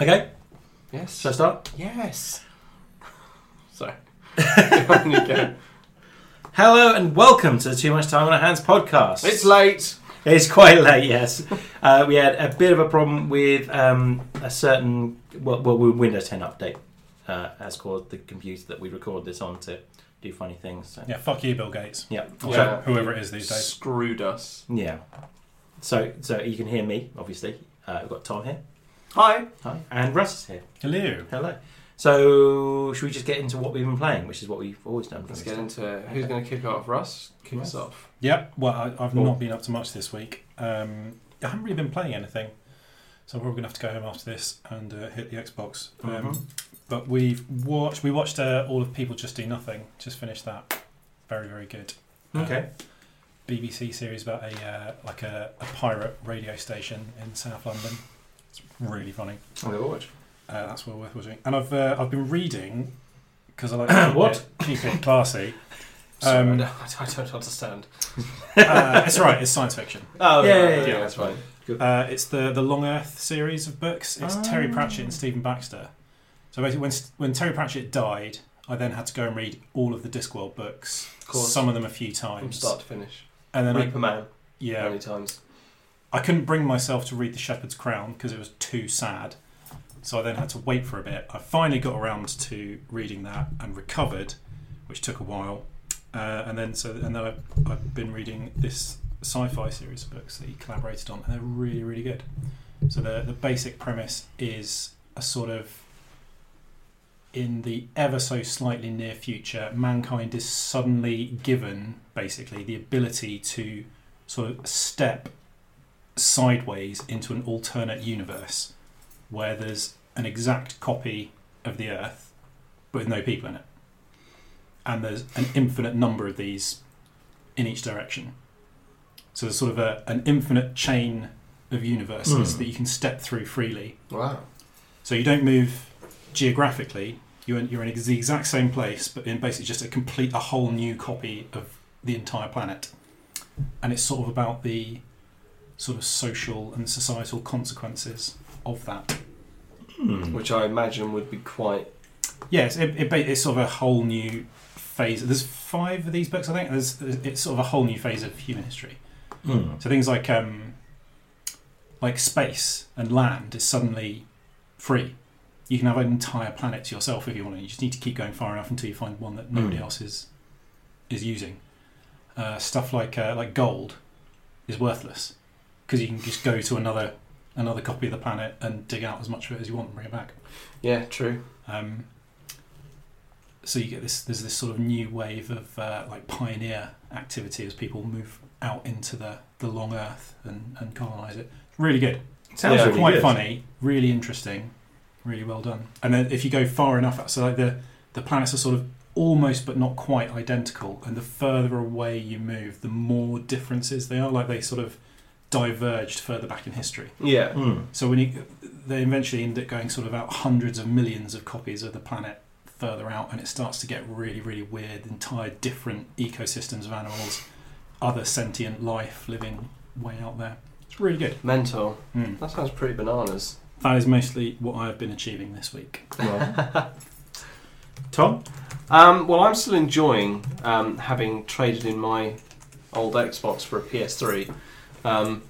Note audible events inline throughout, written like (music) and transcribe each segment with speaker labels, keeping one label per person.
Speaker 1: Okay,
Speaker 2: Yes.
Speaker 1: shall I start?
Speaker 2: Yes. (laughs) Sorry. (laughs) On you go.
Speaker 1: Hello and welcome to the Too Much Time on Our Hands podcast.
Speaker 2: It's late.
Speaker 1: It's quite late, yes. Uh, we had a bit of a problem with um, a certain well, well, with Windows 10 update uh, has caused the computer that we record this on to do funny things. So.
Speaker 3: Yeah, fuck you, Bill Gates.
Speaker 1: Yeah.
Speaker 3: Or
Speaker 2: Yeah.
Speaker 3: whoever it is these days.
Speaker 2: Screwed us.
Speaker 1: Yeah. So, so you can hear me, obviously. Uh, we've got Tom here.
Speaker 2: Hi.
Speaker 1: Hi. And Russ is here.
Speaker 3: Hello.
Speaker 1: Hello. So, should we just get into what we've been playing, which is what we've always done?
Speaker 2: Let's get into it. who's going to kick off. Russ, kick us off.
Speaker 3: Yep. Well, I, I've
Speaker 1: Cool.
Speaker 3: not been up to much this week. Um, I haven't really been playing anything, so I'm probably gonna have to go home after this and uh, hit the Xbox. Um,
Speaker 1: Mhm.
Speaker 2: Mm-hmm.
Speaker 3: But we've watched. We watched uh, all of People Just Do Nothing. Just finished that. Very, very good. Uh,
Speaker 1: Okay.
Speaker 3: BBC series about a uh, like a, a pirate radio station in South London. It's really funny.
Speaker 1: I'm going to watch.
Speaker 3: Uh, that's well worth watching. And I've uh, I've been reading because
Speaker 1: (coughs)
Speaker 3: I like to keep
Speaker 1: What?
Speaker 3: it- keep it classy.
Speaker 2: Sorry,
Speaker 3: Um,
Speaker 2: I, don't, (laughs) I don't understand.
Speaker 3: uh, it's all right. It's science fiction.
Speaker 2: Oh,
Speaker 1: Yeah,
Speaker 2: right,
Speaker 1: yeah,
Speaker 2: right,
Speaker 3: yeah.
Speaker 2: that's fine.
Speaker 3: Uh, it's the the Long Earth series of books. It's Terry
Speaker 1: Ah.
Speaker 3: Pratchett and Stephen Baxter. So basically, when when Terry Pratchett died, I then had to go and read all of the Discworld books.
Speaker 2: Of course.
Speaker 3: Some of them a few
Speaker 2: From
Speaker 3: times.
Speaker 2: start to finish.
Speaker 3: And then I,
Speaker 2: Reaper Man. How
Speaker 3: yeah,
Speaker 2: many times?
Speaker 3: I couldn't bring myself to read The Shepherd's Crown because it was too sad. So I then had to wait for a bit. I finally got around to reading that and recovered, which took a while. Uh, and then so and then I, I've been reading this sci-fi series of books that he collaborated on, and they're really really good. So the the basic premise is a sort of in the ever so slightly near future, mankind is suddenly given basically the ability to sort of step sideways into an alternate universe where there's an exact copy of the Earth but with no people in it. And there's an infinite number of these in each direction. So there's sort of a, an infinite chain of universes
Speaker 1: Hmm.
Speaker 3: that you can step through freely.
Speaker 2: Wow.
Speaker 3: So you don't move geographically. You're in, you're in the exact same place, but in basically just a complete, a whole new copy of the entire planet. And it's sort of about the sort of social and societal consequences of that.
Speaker 1: Hmm.
Speaker 2: Which I imagine would be quite.
Speaker 3: Yes, it, it, ba- it's sort of a whole new phase. There's five of these books, I think. There's, it's sort of a whole new phase of human history.
Speaker 1: Hmm.
Speaker 3: So things like um, like space and land is suddenly free. You can have an entire planet to yourself if you want. to. You just need to keep going far enough until you find one that nobody
Speaker 1: Mm.
Speaker 3: else is is using. Uh, stuff like uh, like gold is worthless because you can just go to another another copy of the planet and dig out as much of it as you want and bring it back.
Speaker 2: Yeah, true.
Speaker 3: Um, so you get this. There's this sort of new wave of uh, like pioneer activity as people move out into the, the long Earth and, and colonize it. Really good.
Speaker 1: Sounds
Speaker 2: Yeah,
Speaker 1: really
Speaker 3: quite
Speaker 1: good.
Speaker 3: funny. Really interesting. Really well done. And then if you go far enough out, so like the the planets are sort of almost but not quite identical, and the further away you move, the more differences they are. Like they sort of diverged further back in history.
Speaker 2: Yeah.
Speaker 1: Hmm.
Speaker 3: So when you, they eventually end up going sort of out hundreds of millions of copies of the planet further out, and it starts to get really, really weird. Entire different ecosystems of animals, other sentient life living way out there. It's really good.
Speaker 2: Mental.
Speaker 3: Mm.
Speaker 2: That sounds pretty bananas.
Speaker 3: That is mostly what I have been achieving this week.
Speaker 1: Well. (laughs) Tom?
Speaker 2: Um, well, I'm still enjoying um, having traded in my old Xbox for a PS3. Um,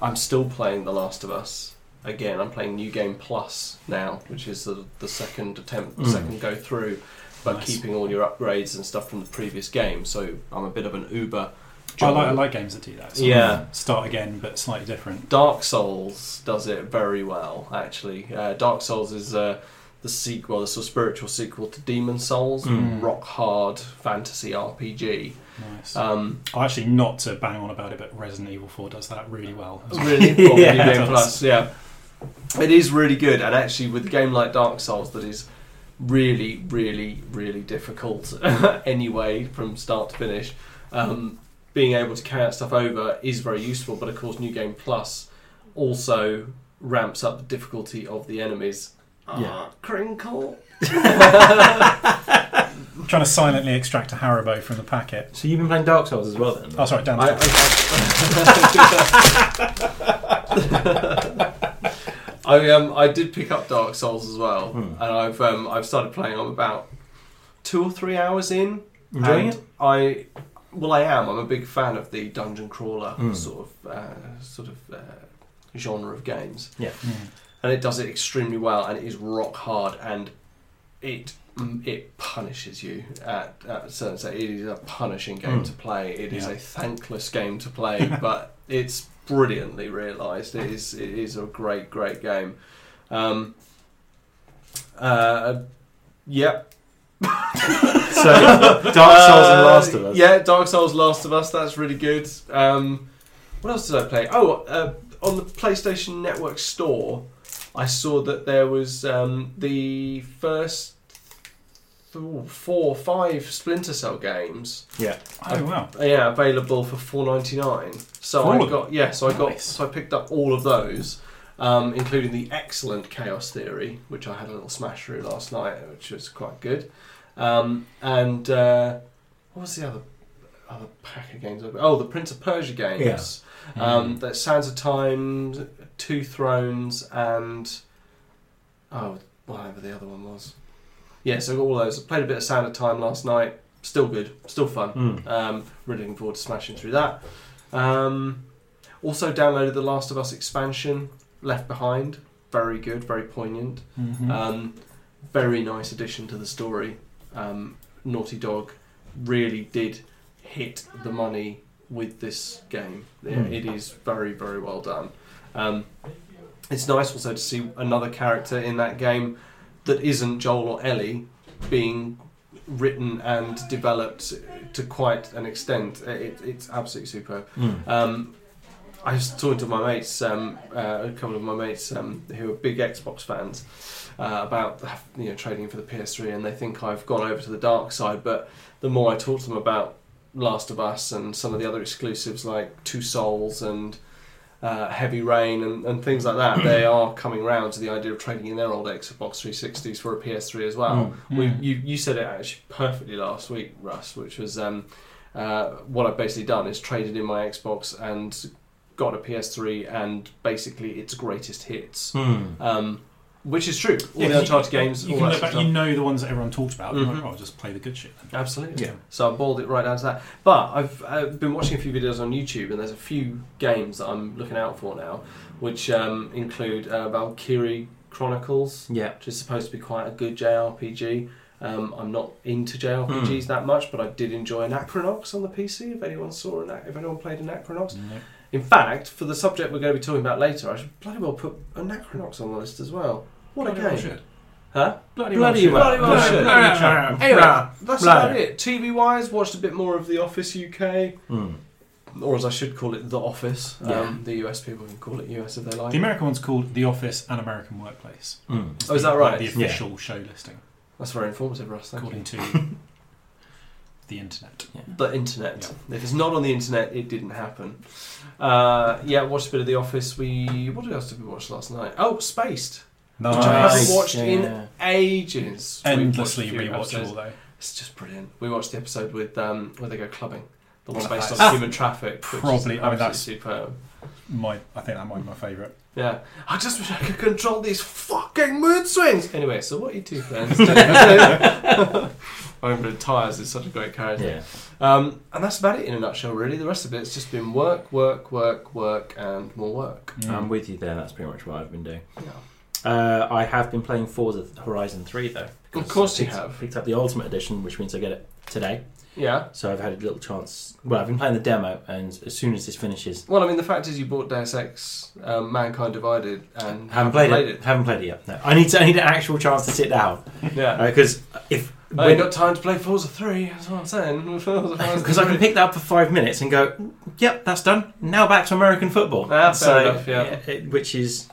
Speaker 2: I'm still playing The Last of Us. Again, I'm playing New Game Plus now, which is the, the second attempt, the
Speaker 1: Mm.
Speaker 2: second go through, but
Speaker 3: Nice.
Speaker 2: keeping all your upgrades and stuff from the previous game. So I'm a bit of an Uber.
Speaker 3: I like, I like games that do that. So
Speaker 2: Yeah.
Speaker 3: Start again, but slightly different.
Speaker 2: Dark Souls does it very well, actually. Uh, Dark Souls is uh, the sequel, the sort of spiritual sequel to Demon Souls,
Speaker 3: Mm.
Speaker 2: rock hard fantasy RPG.
Speaker 3: Nice.
Speaker 2: Um,
Speaker 3: Oh, actually, not to bang on about it, but Resident Evil 4 does that really well.
Speaker 2: It's
Speaker 1: (laughs)
Speaker 2: really important.
Speaker 1: Yeah,
Speaker 2: New
Speaker 3: it
Speaker 2: Game
Speaker 3: does.
Speaker 2: Plus, yeah. It is really good, and actually, with a game like Dark Souls, that is really, really, really difficult (laughs) anyway, from start to finish. Um, being able to carry that stuff over is very useful, but of course, New Game Plus also ramps up the difficulty of the enemies.
Speaker 1: Yeah.
Speaker 2: Ah, crinkle.
Speaker 3: Trying to silently extract a Haribo from the packet.
Speaker 1: So, you've been playing Dark Souls as well then?
Speaker 3: Oh, sorry, Dan.
Speaker 2: I, I, (laughs) I um I did pick up Dark Souls as well,
Speaker 1: Hmm.
Speaker 2: and I've um I've started playing. I'm about two or three hours in.
Speaker 1: Enjoying
Speaker 2: and
Speaker 1: it?
Speaker 2: I well, I am. I'm a big fan of the dungeon crawler
Speaker 1: Hmm.
Speaker 2: sort of uh, sort of uh, genre of games,
Speaker 3: Mm.
Speaker 2: and it does it extremely well, and it is rock hard, and it mm, it punishes you at, at a certain stage. It is a punishing game
Speaker 1: Hmm.
Speaker 2: to play. It is
Speaker 3: Yeah.
Speaker 2: a thankless game to play, but it's brilliantly realised. It is it is a great great game. Um, uh, yep,
Speaker 1: (laughs) So Dark Souls and
Speaker 2: uh,
Speaker 1: Last of Us.
Speaker 2: Yeah, Dark Souls, Last of Us. That's really good. Um, what else did I play? Oh, uh, on the PlayStation Network store, I saw that there was um, the first th- four, five Splinter Cell games.
Speaker 3: Oh wow.
Speaker 2: uh, Yeah, available for four ninety nine. So
Speaker 3: For all
Speaker 2: I
Speaker 3: of
Speaker 2: got yeah, so I got
Speaker 3: Nice.
Speaker 2: so I picked up all of those. Um, including the excellent Chaos Theory, which I had a little smash through last night, which was quite good. Um, and uh, what was the other other pack of games? I- Oh, the Prince of Persia games. Um, that Sands of Time, Two Thrones, and oh, whatever the other one was. Yeah, so I got all those. I played a bit of Sand of Time last night. Still good, still fun.
Speaker 1: Mm.
Speaker 2: Um, really looking forward to smashing through that. Um, also downloaded the Last of Us expansion, Left Behind. Very good, very poignant.
Speaker 3: Mhm.
Speaker 2: Um, very nice addition to the story. Um, Naughty Dog really did hit the money with this game. Yeah,
Speaker 1: Mm.
Speaker 2: It is very, very well done. Um, it's nice also to see another character in that game that isn't Joel or Ellie being written and developed to quite an extent. It, it's absolutely superb.
Speaker 1: Mm.
Speaker 2: Um, I was talking to my mates, um, uh, a couple of my mates um, who are big Xbox fans, uh, about you know trading for the PS3, and they think I've gone over to the dark side. But the more I talk to them about Last of Us and some of the other exclusives like Two Souls and uh, Heavy Rain and, and things like that, they are coming round to the idea of trading in their old Xbox 360s for a PS3 as well. We,
Speaker 3: Mm.
Speaker 2: you, you said it actually perfectly last week, Russ, which was um, uh, what I've basically done is traded in my Xbox and got a PS3 and basically its greatest hits,
Speaker 1: Mm.
Speaker 2: um, which is true. All
Speaker 3: Yeah,
Speaker 2: the
Speaker 3: 'cause
Speaker 2: Uncharted games,
Speaker 3: You,
Speaker 2: all
Speaker 3: can
Speaker 2: that sort
Speaker 3: look back,
Speaker 2: of
Speaker 3: you
Speaker 2: stuff.
Speaker 3: know the ones that everyone talked about. You're like,
Speaker 2: Mhm.
Speaker 3: "Oh, I'll just play the good shit. Then.
Speaker 2: Absolutely.
Speaker 1: Yeah.
Speaker 2: So I boiled it right down to that. But I've uh, been watching a few videos on YouTube, and there's a few games that I'm looking out for now, which um, include uh, Valkyrie Chronicles.
Speaker 1: Yeah.
Speaker 2: which is supposed to be quite a good JRPG. Um, I'm not into JRPGs that much, but I did enjoy Anachronox on the PC. If anyone saw Ana- if anyone played Anachronox,
Speaker 3: No.
Speaker 2: in fact, for the subject we're going to be talking about later, I should bloody well put Anachronox on the list as well. What a
Speaker 3: Bloody well
Speaker 2: game,
Speaker 3: should.
Speaker 2: huh?
Speaker 3: Bloody,
Speaker 1: Bloody
Speaker 3: well.
Speaker 1: well.
Speaker 2: Bloody well should. Anyway, that's
Speaker 1: Bloody.
Speaker 2: about it. TV wise, watched a bit more of The Office UK,
Speaker 1: Mm.
Speaker 2: or as I should call it, The Office.
Speaker 1: Yeah.
Speaker 2: Um, the US people can call it US if they like.
Speaker 3: The American one's called The Office and American Workplace.
Speaker 1: Mm.
Speaker 3: It's
Speaker 2: Oh, is
Speaker 3: the-
Speaker 2: that right?
Speaker 3: The
Speaker 2: Yeah.
Speaker 3: official show listing,
Speaker 2: that's very informative, Russ. Thank you.
Speaker 3: according
Speaker 2: (laughs)
Speaker 3: to the internet.
Speaker 2: the internet. If it's not on the internet, it didn't happen. Uh, yeah, watched a bit of The Office. We what else did we watch last night? Oh, Spaced. Which I haven't
Speaker 1: Nice.
Speaker 2: watched
Speaker 1: Yeah.
Speaker 2: in ages. We watched a
Speaker 3: Endlessly
Speaker 2: few
Speaker 3: rewatchable
Speaker 2: episodes.
Speaker 3: though.
Speaker 2: It's just brilliant. We watched the episode with um, where they go clubbing, the one
Speaker 3: Ah,
Speaker 2: based on
Speaker 3: that's-
Speaker 2: human traffic. which is
Speaker 3: Probably- I mean,
Speaker 2: absolutely
Speaker 3: that's-
Speaker 2: superb.
Speaker 3: My, I think that might be my favourite.
Speaker 2: Yeah, I just wish I could control these fucking mood swings. Anyway, so what are you two friends doing?
Speaker 3: (laughs)
Speaker 2: (laughs) I remember Tyres is such a great character.
Speaker 1: Yeah.
Speaker 2: Um, and that's about it in a nutshell, really. The rest of it's just been work, work, work, work, and more work.
Speaker 3: Mm.
Speaker 1: I'm with you there. That's pretty much what I've been doing.
Speaker 2: Yeah.
Speaker 1: Uh, I have been playing Forza Horizon 3 though. because
Speaker 2: Of course
Speaker 1: I
Speaker 2: you
Speaker 1: picked-
Speaker 2: have.
Speaker 1: Picked up the Ultimate Edition, which means I get it today.
Speaker 2: Yeah.
Speaker 1: So I've had a little chance. Well, I've been playing the demo, and as soon as this finishes,
Speaker 2: Well, I mean, the fact is, you bought Deus Ex, um, Mankind Divided, and
Speaker 1: haven't played, it. Haven't played it yet. No, I need to. I need an actual chance to sit down (laughs)
Speaker 2: Yeah.
Speaker 1: because if
Speaker 2: I ain't Oh, got time to play Forza 3, that's what I'm saying.
Speaker 1: (laughs)
Speaker 2: (laughs) Forza Horizon
Speaker 1: because I can
Speaker 2: 3.
Speaker 1: pick that up for five minutes and go, yep, that's done. Now back to American football.
Speaker 2: Ah, fair enough, yeah.
Speaker 1: it- which is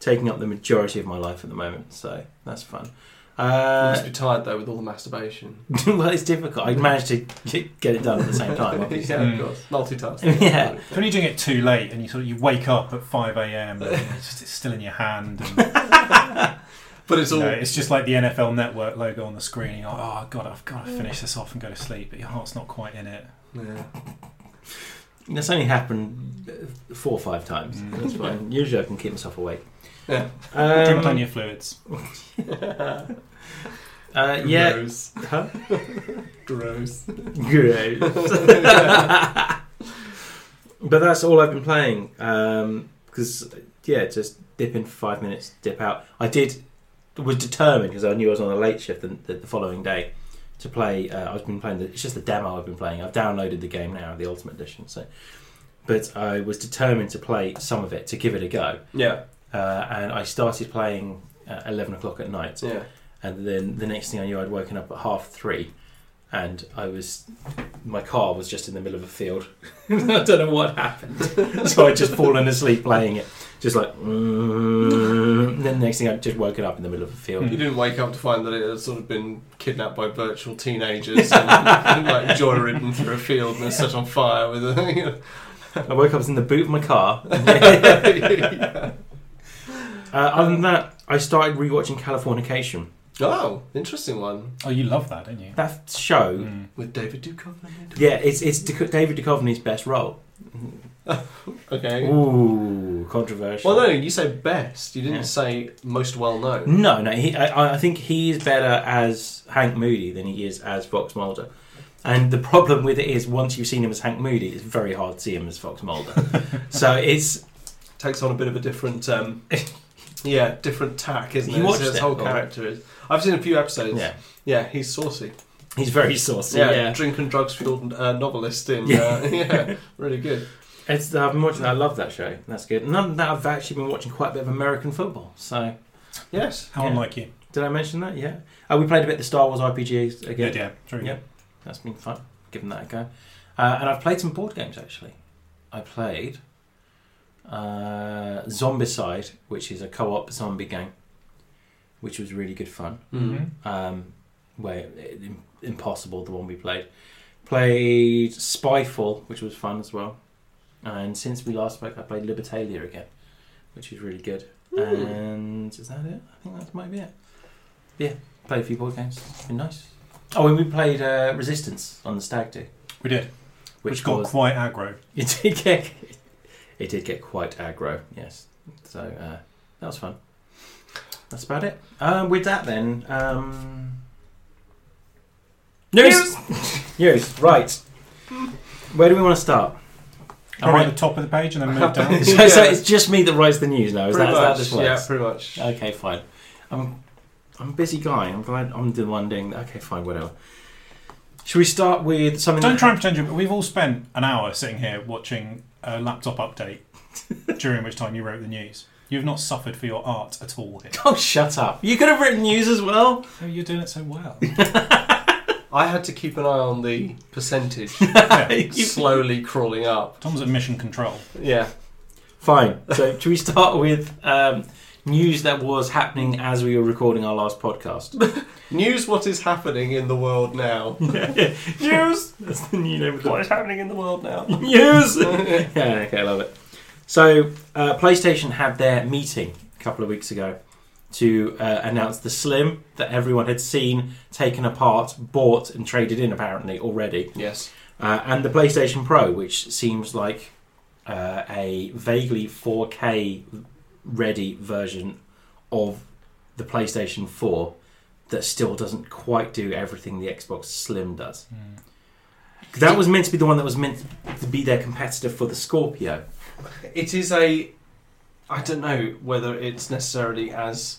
Speaker 1: taking up the majority of my life at the moment. So that's fun.
Speaker 2: You
Speaker 1: Uh,
Speaker 2: must be tired, though, with all the masturbation.
Speaker 1: well, it's difficult. I managed to (laughs) get get it done at the same time, obviously.
Speaker 2: (laughs) yeah, of course.
Speaker 1: (laughs)
Speaker 2: Multitasking.
Speaker 1: Yeah.
Speaker 3: It's when you're doing it too late and you sort of you wake up at five a.m. and (laughs) it's, just, it's still in your hand. And,
Speaker 2: But it's
Speaker 3: you
Speaker 2: all.
Speaker 3: know, it's just like the NFL Network logo on the screen. You're like, oh god, I've got to finish this off and go to sleep, but your heart's not quite in it.
Speaker 2: Yeah.
Speaker 1: That's only happened uh, four or five times.
Speaker 3: Mm.
Speaker 1: That's fine. Usually I can keep myself awake.
Speaker 3: Drink
Speaker 1: Um,
Speaker 3: plenty of fluids.
Speaker 1: (laughs) uh, yeah.
Speaker 2: Gross.
Speaker 1: Huh?
Speaker 2: Gross.
Speaker 1: Great. but that's all I've been playing. Because, yeah, just dip in for five minutes, dip out. I did, was determined because I knew I was on a late shift the, the, the following day to play. Uh, I've been playing, the, it's just the demo I've been playing. I've downloaded the game now, the Ultimate Edition. So, But I was determined to play some of it, to give it a go.
Speaker 2: Yeah,
Speaker 1: Uh, and I started playing at 11 o'clock at night.
Speaker 2: yeah.
Speaker 1: And then the next thing I knew, I'd woken up at half three, and I was my car was just in the middle of a field. (laughs) I don't know what happened, (laughs) so I'd just fallen asleep playing it, just like. mm. And then the next thing, I'd just woken up in the middle of a field.
Speaker 2: You didn't wake up to find that it had sort of been kidnapped by virtual teenagers and, (laughs) and like joyridden through a field and set on fire with a. (laughs) You know.
Speaker 1: I woke up I was in the boot of my car. uh, (laughs)
Speaker 2: Yeah.
Speaker 1: other than that, I started rewatching Californication.
Speaker 2: Oh, interesting one
Speaker 3: Oh, you love that, don't you?
Speaker 1: That show,
Speaker 3: Mm.
Speaker 2: with David Duchovny.
Speaker 1: yeah, it's it's Dic- David Duchovny's best role.
Speaker 2: Okay.
Speaker 1: Ooh, controversial.
Speaker 2: Well, no, you say best. You didn't
Speaker 1: Yeah. Hmm.
Speaker 2: say most well known.
Speaker 1: No, no. He, I, I think he is better as Hank Moody than he is as Fox Mulder. And the problem with it is, once you've seen him as Hank Moody, it's very hard to see him as Fox Mulder. so it's
Speaker 2: takes on a bit of a
Speaker 1: (laughs)
Speaker 2: different, um, yeah, different tack, isn't
Speaker 1: You
Speaker 2: it?
Speaker 1: watched
Speaker 2: His
Speaker 1: it,
Speaker 2: whole
Speaker 1: or-
Speaker 2: character is. I've seen a few episodes.
Speaker 1: yeah,
Speaker 2: Yeah, he's saucy.
Speaker 1: he's very saucy.
Speaker 2: yeah,
Speaker 1: Yeah,
Speaker 2: drink and drugs fueled uh, novelist in.
Speaker 1: Yeah.
Speaker 2: Uh, (laughs) yeah, really good.
Speaker 1: It's, I've been watching. I love that show. That's good. And other than that, I've actually been watching quite a bit of American football. So
Speaker 2: Yes.
Speaker 3: How
Speaker 1: Yeah.
Speaker 3: unlike you.
Speaker 1: did I mention that? Yeah. Oh, we played a bit of the Star Wars RPGs
Speaker 3: Yeah,
Speaker 1: again.
Speaker 3: yeah. Very
Speaker 1: Yeah.
Speaker 3: good.
Speaker 1: That's been fun. Giving that a go. Uh, and I've played some board games actually. I played uh, Zombicide, which is a co op zombie game, which was really good fun.
Speaker 2: Mm-hmm.
Speaker 3: Mhm.
Speaker 1: Um, where it, im- impossible, the one we played. Played Spyfall, which was fun as well. And since we last spoke, I played Libertalia again, which is really good.
Speaker 2: Mm.
Speaker 1: And is that it? I think that might be it. Yeah, played a few board games. It's been nice. Oh, and we played uh, Resistance on the Stag Do,
Speaker 3: We did. Which,
Speaker 1: which,
Speaker 3: got
Speaker 1: was
Speaker 3: quite aggro.
Speaker 1: it did get it did get quite aggro. Yes, so uh, that was fun. That's about it. Um, with that, then um, news (laughs) news right. Where do we want to start? Am
Speaker 3: Probably
Speaker 1: I-
Speaker 3: at the top of the page and then
Speaker 2: (laughs)
Speaker 1: (laughs)
Speaker 3: move down.
Speaker 1: so, so it's just me that writes the news now. Is that,
Speaker 2: pretty
Speaker 1: is
Speaker 2: much.
Speaker 1: that this works?
Speaker 2: yeah, pretty much.
Speaker 1: Okay, fine. I'm I'm a busy guy. I'm glad I'm the one doing that. Okay, fine, whatever. Should we start with something?
Speaker 3: Don't try and pretend you but we've all spent an hour sitting here watching a laptop update during which time you wrote the news. You've not suffered for your art at all here.
Speaker 1: (laughs) Oh, shut up! You could have written news as well.
Speaker 3: Oh, you're doing it so well.
Speaker 2: I had to keep an eye on the percentage
Speaker 1: (laughs)
Speaker 3: Yeah.
Speaker 2: slowly crawling up.
Speaker 3: Tom's at mission control.
Speaker 2: Yeah.
Speaker 1: Fine. (laughs) So, should we start with um, news that was happening as we were recording our last podcast?
Speaker 2: News what is happening in the world now.
Speaker 1: (laughs) news. That's the new name of the
Speaker 2: (laughs) what is happening in the world now?
Speaker 1: news. (laughs) yeah, okay, I love it. So, uh, PlayStation had their meeting a couple of weeks ago to uh, announce the Slim that everyone had seen, taken apart, bought, and traded in apparently already,
Speaker 2: Yes.
Speaker 1: uh, and the PlayStation Pro, which seems like uh, a vaguely 4K ready version of the PlayStation 4 that still doesn't quite do everything the Xbox Slim does.
Speaker 3: Mm.
Speaker 2: Hmm.
Speaker 1: That was meant to be the one that was meant to be their competitor for the Scorpio.
Speaker 2: It is a. I don't know whether it's necessarily as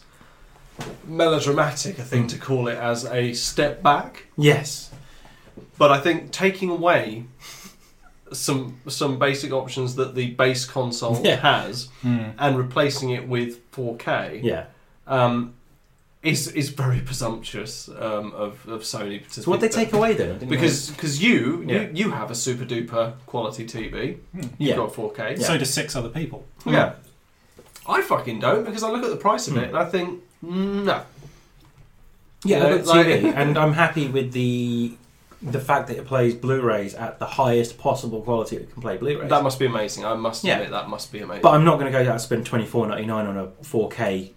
Speaker 2: melodramatic a thing to call it as a step back,
Speaker 1: Yes.
Speaker 2: but I think taking away some some basic options that the base console
Speaker 1: (laughs) Yeah.
Speaker 2: has
Speaker 3: Hmm.
Speaker 2: and replacing it with 4K
Speaker 1: Yeah.
Speaker 2: um, is is very presumptuous um, of of Sony. To
Speaker 1: So what they
Speaker 2: think that-
Speaker 1: take away then?
Speaker 2: because because you,
Speaker 1: Yeah.
Speaker 2: you you have a super duper quality TV.
Speaker 3: Hmm.
Speaker 2: You've
Speaker 1: Yeah.
Speaker 2: got 4K.
Speaker 1: Yeah.
Speaker 3: So do six other people.
Speaker 2: Yeah. I fucking don't because I look at the price of
Speaker 1: Hmm.
Speaker 2: it and I think, mm, no.
Speaker 1: yeah,
Speaker 2: Yeah,
Speaker 1: look at
Speaker 2: like-
Speaker 1: TV. and I'm happy with the the fact that it plays Blu-rays at the highest possible quality it can play Blu-rays.
Speaker 2: That must be amazing. I must
Speaker 1: Yeah.
Speaker 2: admit, that must be amazing.
Speaker 1: but I'm not going to go out and spend twenty four ninety nine on a four K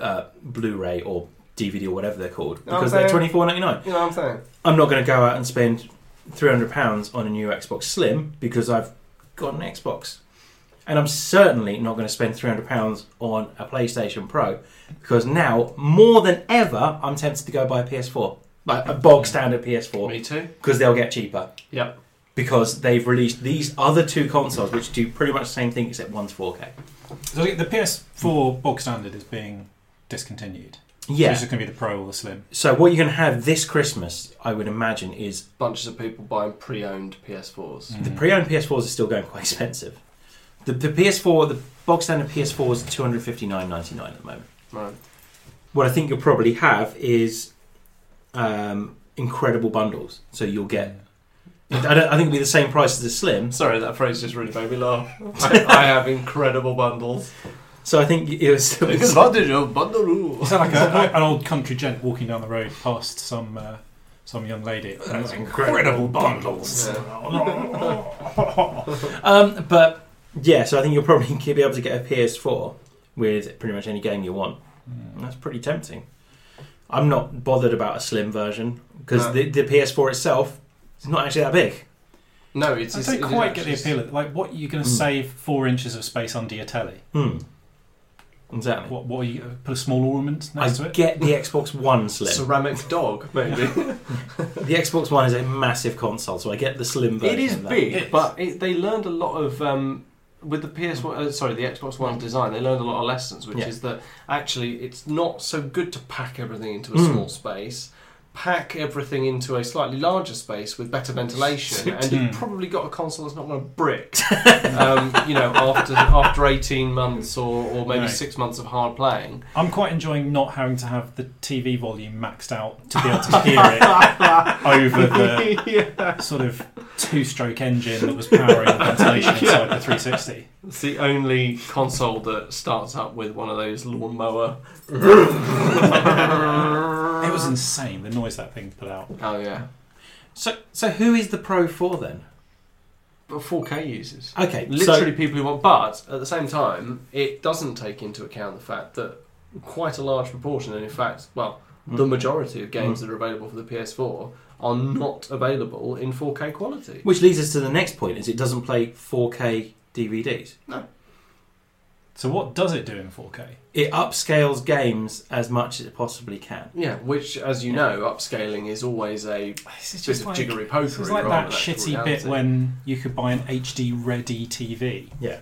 Speaker 1: uh, Blu-ray or DVD or whatever they're called because
Speaker 2: Okay.
Speaker 1: they're twenty four ninety nine.
Speaker 2: you know what I'm saying?
Speaker 1: I'm not going to go out and spend three hundred pounds on a new Xbox Slim because I've got an Xbox. And I'm certainly not going to spend £300 on a PlayStation Pro because now, more than ever, I'm tempted to go buy a PS4. Like a bog standard PS4
Speaker 2: Me too.
Speaker 1: because they'll get cheaper.
Speaker 2: Yep.
Speaker 1: Because they've released these other two consoles which do pretty much the same thing except one's 4K.
Speaker 3: So the PS4 bog standard is being discontinued. So
Speaker 1: Yeah.
Speaker 3: it's just going to be the Pro or the Slim.
Speaker 1: So what you're going to have this Christmas, I would imagine, is
Speaker 2: Bunches of people buying pre-owned PS4s.
Speaker 1: The
Speaker 3: Mm.
Speaker 1: pre-owned PS4s are still going quite (laughs) expensive. The, the PS4, the box standard PS4 is two hundred fifty nine ninety nine at the moment.
Speaker 2: Right.
Speaker 1: What I think you'll probably have is um, incredible bundles. So you'll get. I, don't, I think it'll be the same price as the Slim.
Speaker 2: Sorry, that phrase just really made
Speaker 1: (laughs)
Speaker 2: me laugh. I, I have incredible bundles.
Speaker 1: So I think it'll still be.
Speaker 2: Advantage of bundle.
Speaker 3: Is that like a, an old country gent walking down the road past some uh, some young lady? Hmm. That's incredible bundles.
Speaker 1: Um, but yeah, so I think you'll probably (laughs) be able to get a PS4 with pretty much any game you want. And That's pretty tempting. I'm not bothered about a Slim version because
Speaker 2: No.
Speaker 1: the, the PS4 itself is not actually that big.
Speaker 2: No, it's.
Speaker 3: I
Speaker 2: it's-
Speaker 3: don't
Speaker 2: it is
Speaker 3: quite get the
Speaker 2: actually-
Speaker 3: appeal. Of, like, what are you going to
Speaker 1: Mm.
Speaker 3: save four inches of space under your telly?
Speaker 1: Hmm. Exactly.
Speaker 3: What, what are you put a small ornament
Speaker 1: I
Speaker 3: next to it?
Speaker 1: get the Xbox One Slim.
Speaker 2: Ceramic dog,
Speaker 3: (laughs)
Speaker 2: maybe.
Speaker 1: the Xbox One is a massive console, so I get the Slim version.
Speaker 2: it is
Speaker 1: of that.
Speaker 2: big,
Speaker 3: It's-
Speaker 2: but it, they learned a lot of um, with the PS One. Uh, sorry, the Xbox
Speaker 3: Mm.
Speaker 2: One design. They learned a lot of lessons, which
Speaker 1: Yeah.
Speaker 2: is that actually it's not so good to pack everything into a
Speaker 1: Mm.
Speaker 2: small space. Pack everything into a slightly larger space with better
Speaker 1: (laughs)
Speaker 2: ventilation, and
Speaker 3: Mm.
Speaker 2: you've probably got a console that's not going to brick. um, you know, after after eighteen months or, or maybe
Speaker 3: No.
Speaker 2: six months of hard playing.
Speaker 3: I'm quite enjoying not having to have the TV volume maxed out to be able to hear it over the sort of two-stroke engine that was powering the ventilation inside the 360.
Speaker 2: It's the only console that starts up with one of those
Speaker 3: (laughs)
Speaker 2: lawnmower.
Speaker 3: It was insane the noise that thing put out.
Speaker 2: Oh yeah,
Speaker 1: So, so who is the Pro for then?
Speaker 2: but 4K users.
Speaker 1: Okay,
Speaker 2: Literally people who want. But at the same time, it doesn't take into account the fact that quite a large proportion, and in fact, well,
Speaker 1: Mm.
Speaker 2: the majority of games
Speaker 1: Mm.
Speaker 2: that are available for the PS4 are not available in 4K
Speaker 1: So,
Speaker 2: quality.
Speaker 1: which leads us to the next point: is it doesn't play 4K DVDs.
Speaker 3: So what does it do in 4K?
Speaker 1: It upscales games as much as it possibly can.
Speaker 2: Yeah, which, as you know, upscaling is always a
Speaker 3: This is
Speaker 2: bit of jiggery pokery.
Speaker 3: It's like that shitty bit when you could buy an HD ready TV.
Speaker 1: Yeah.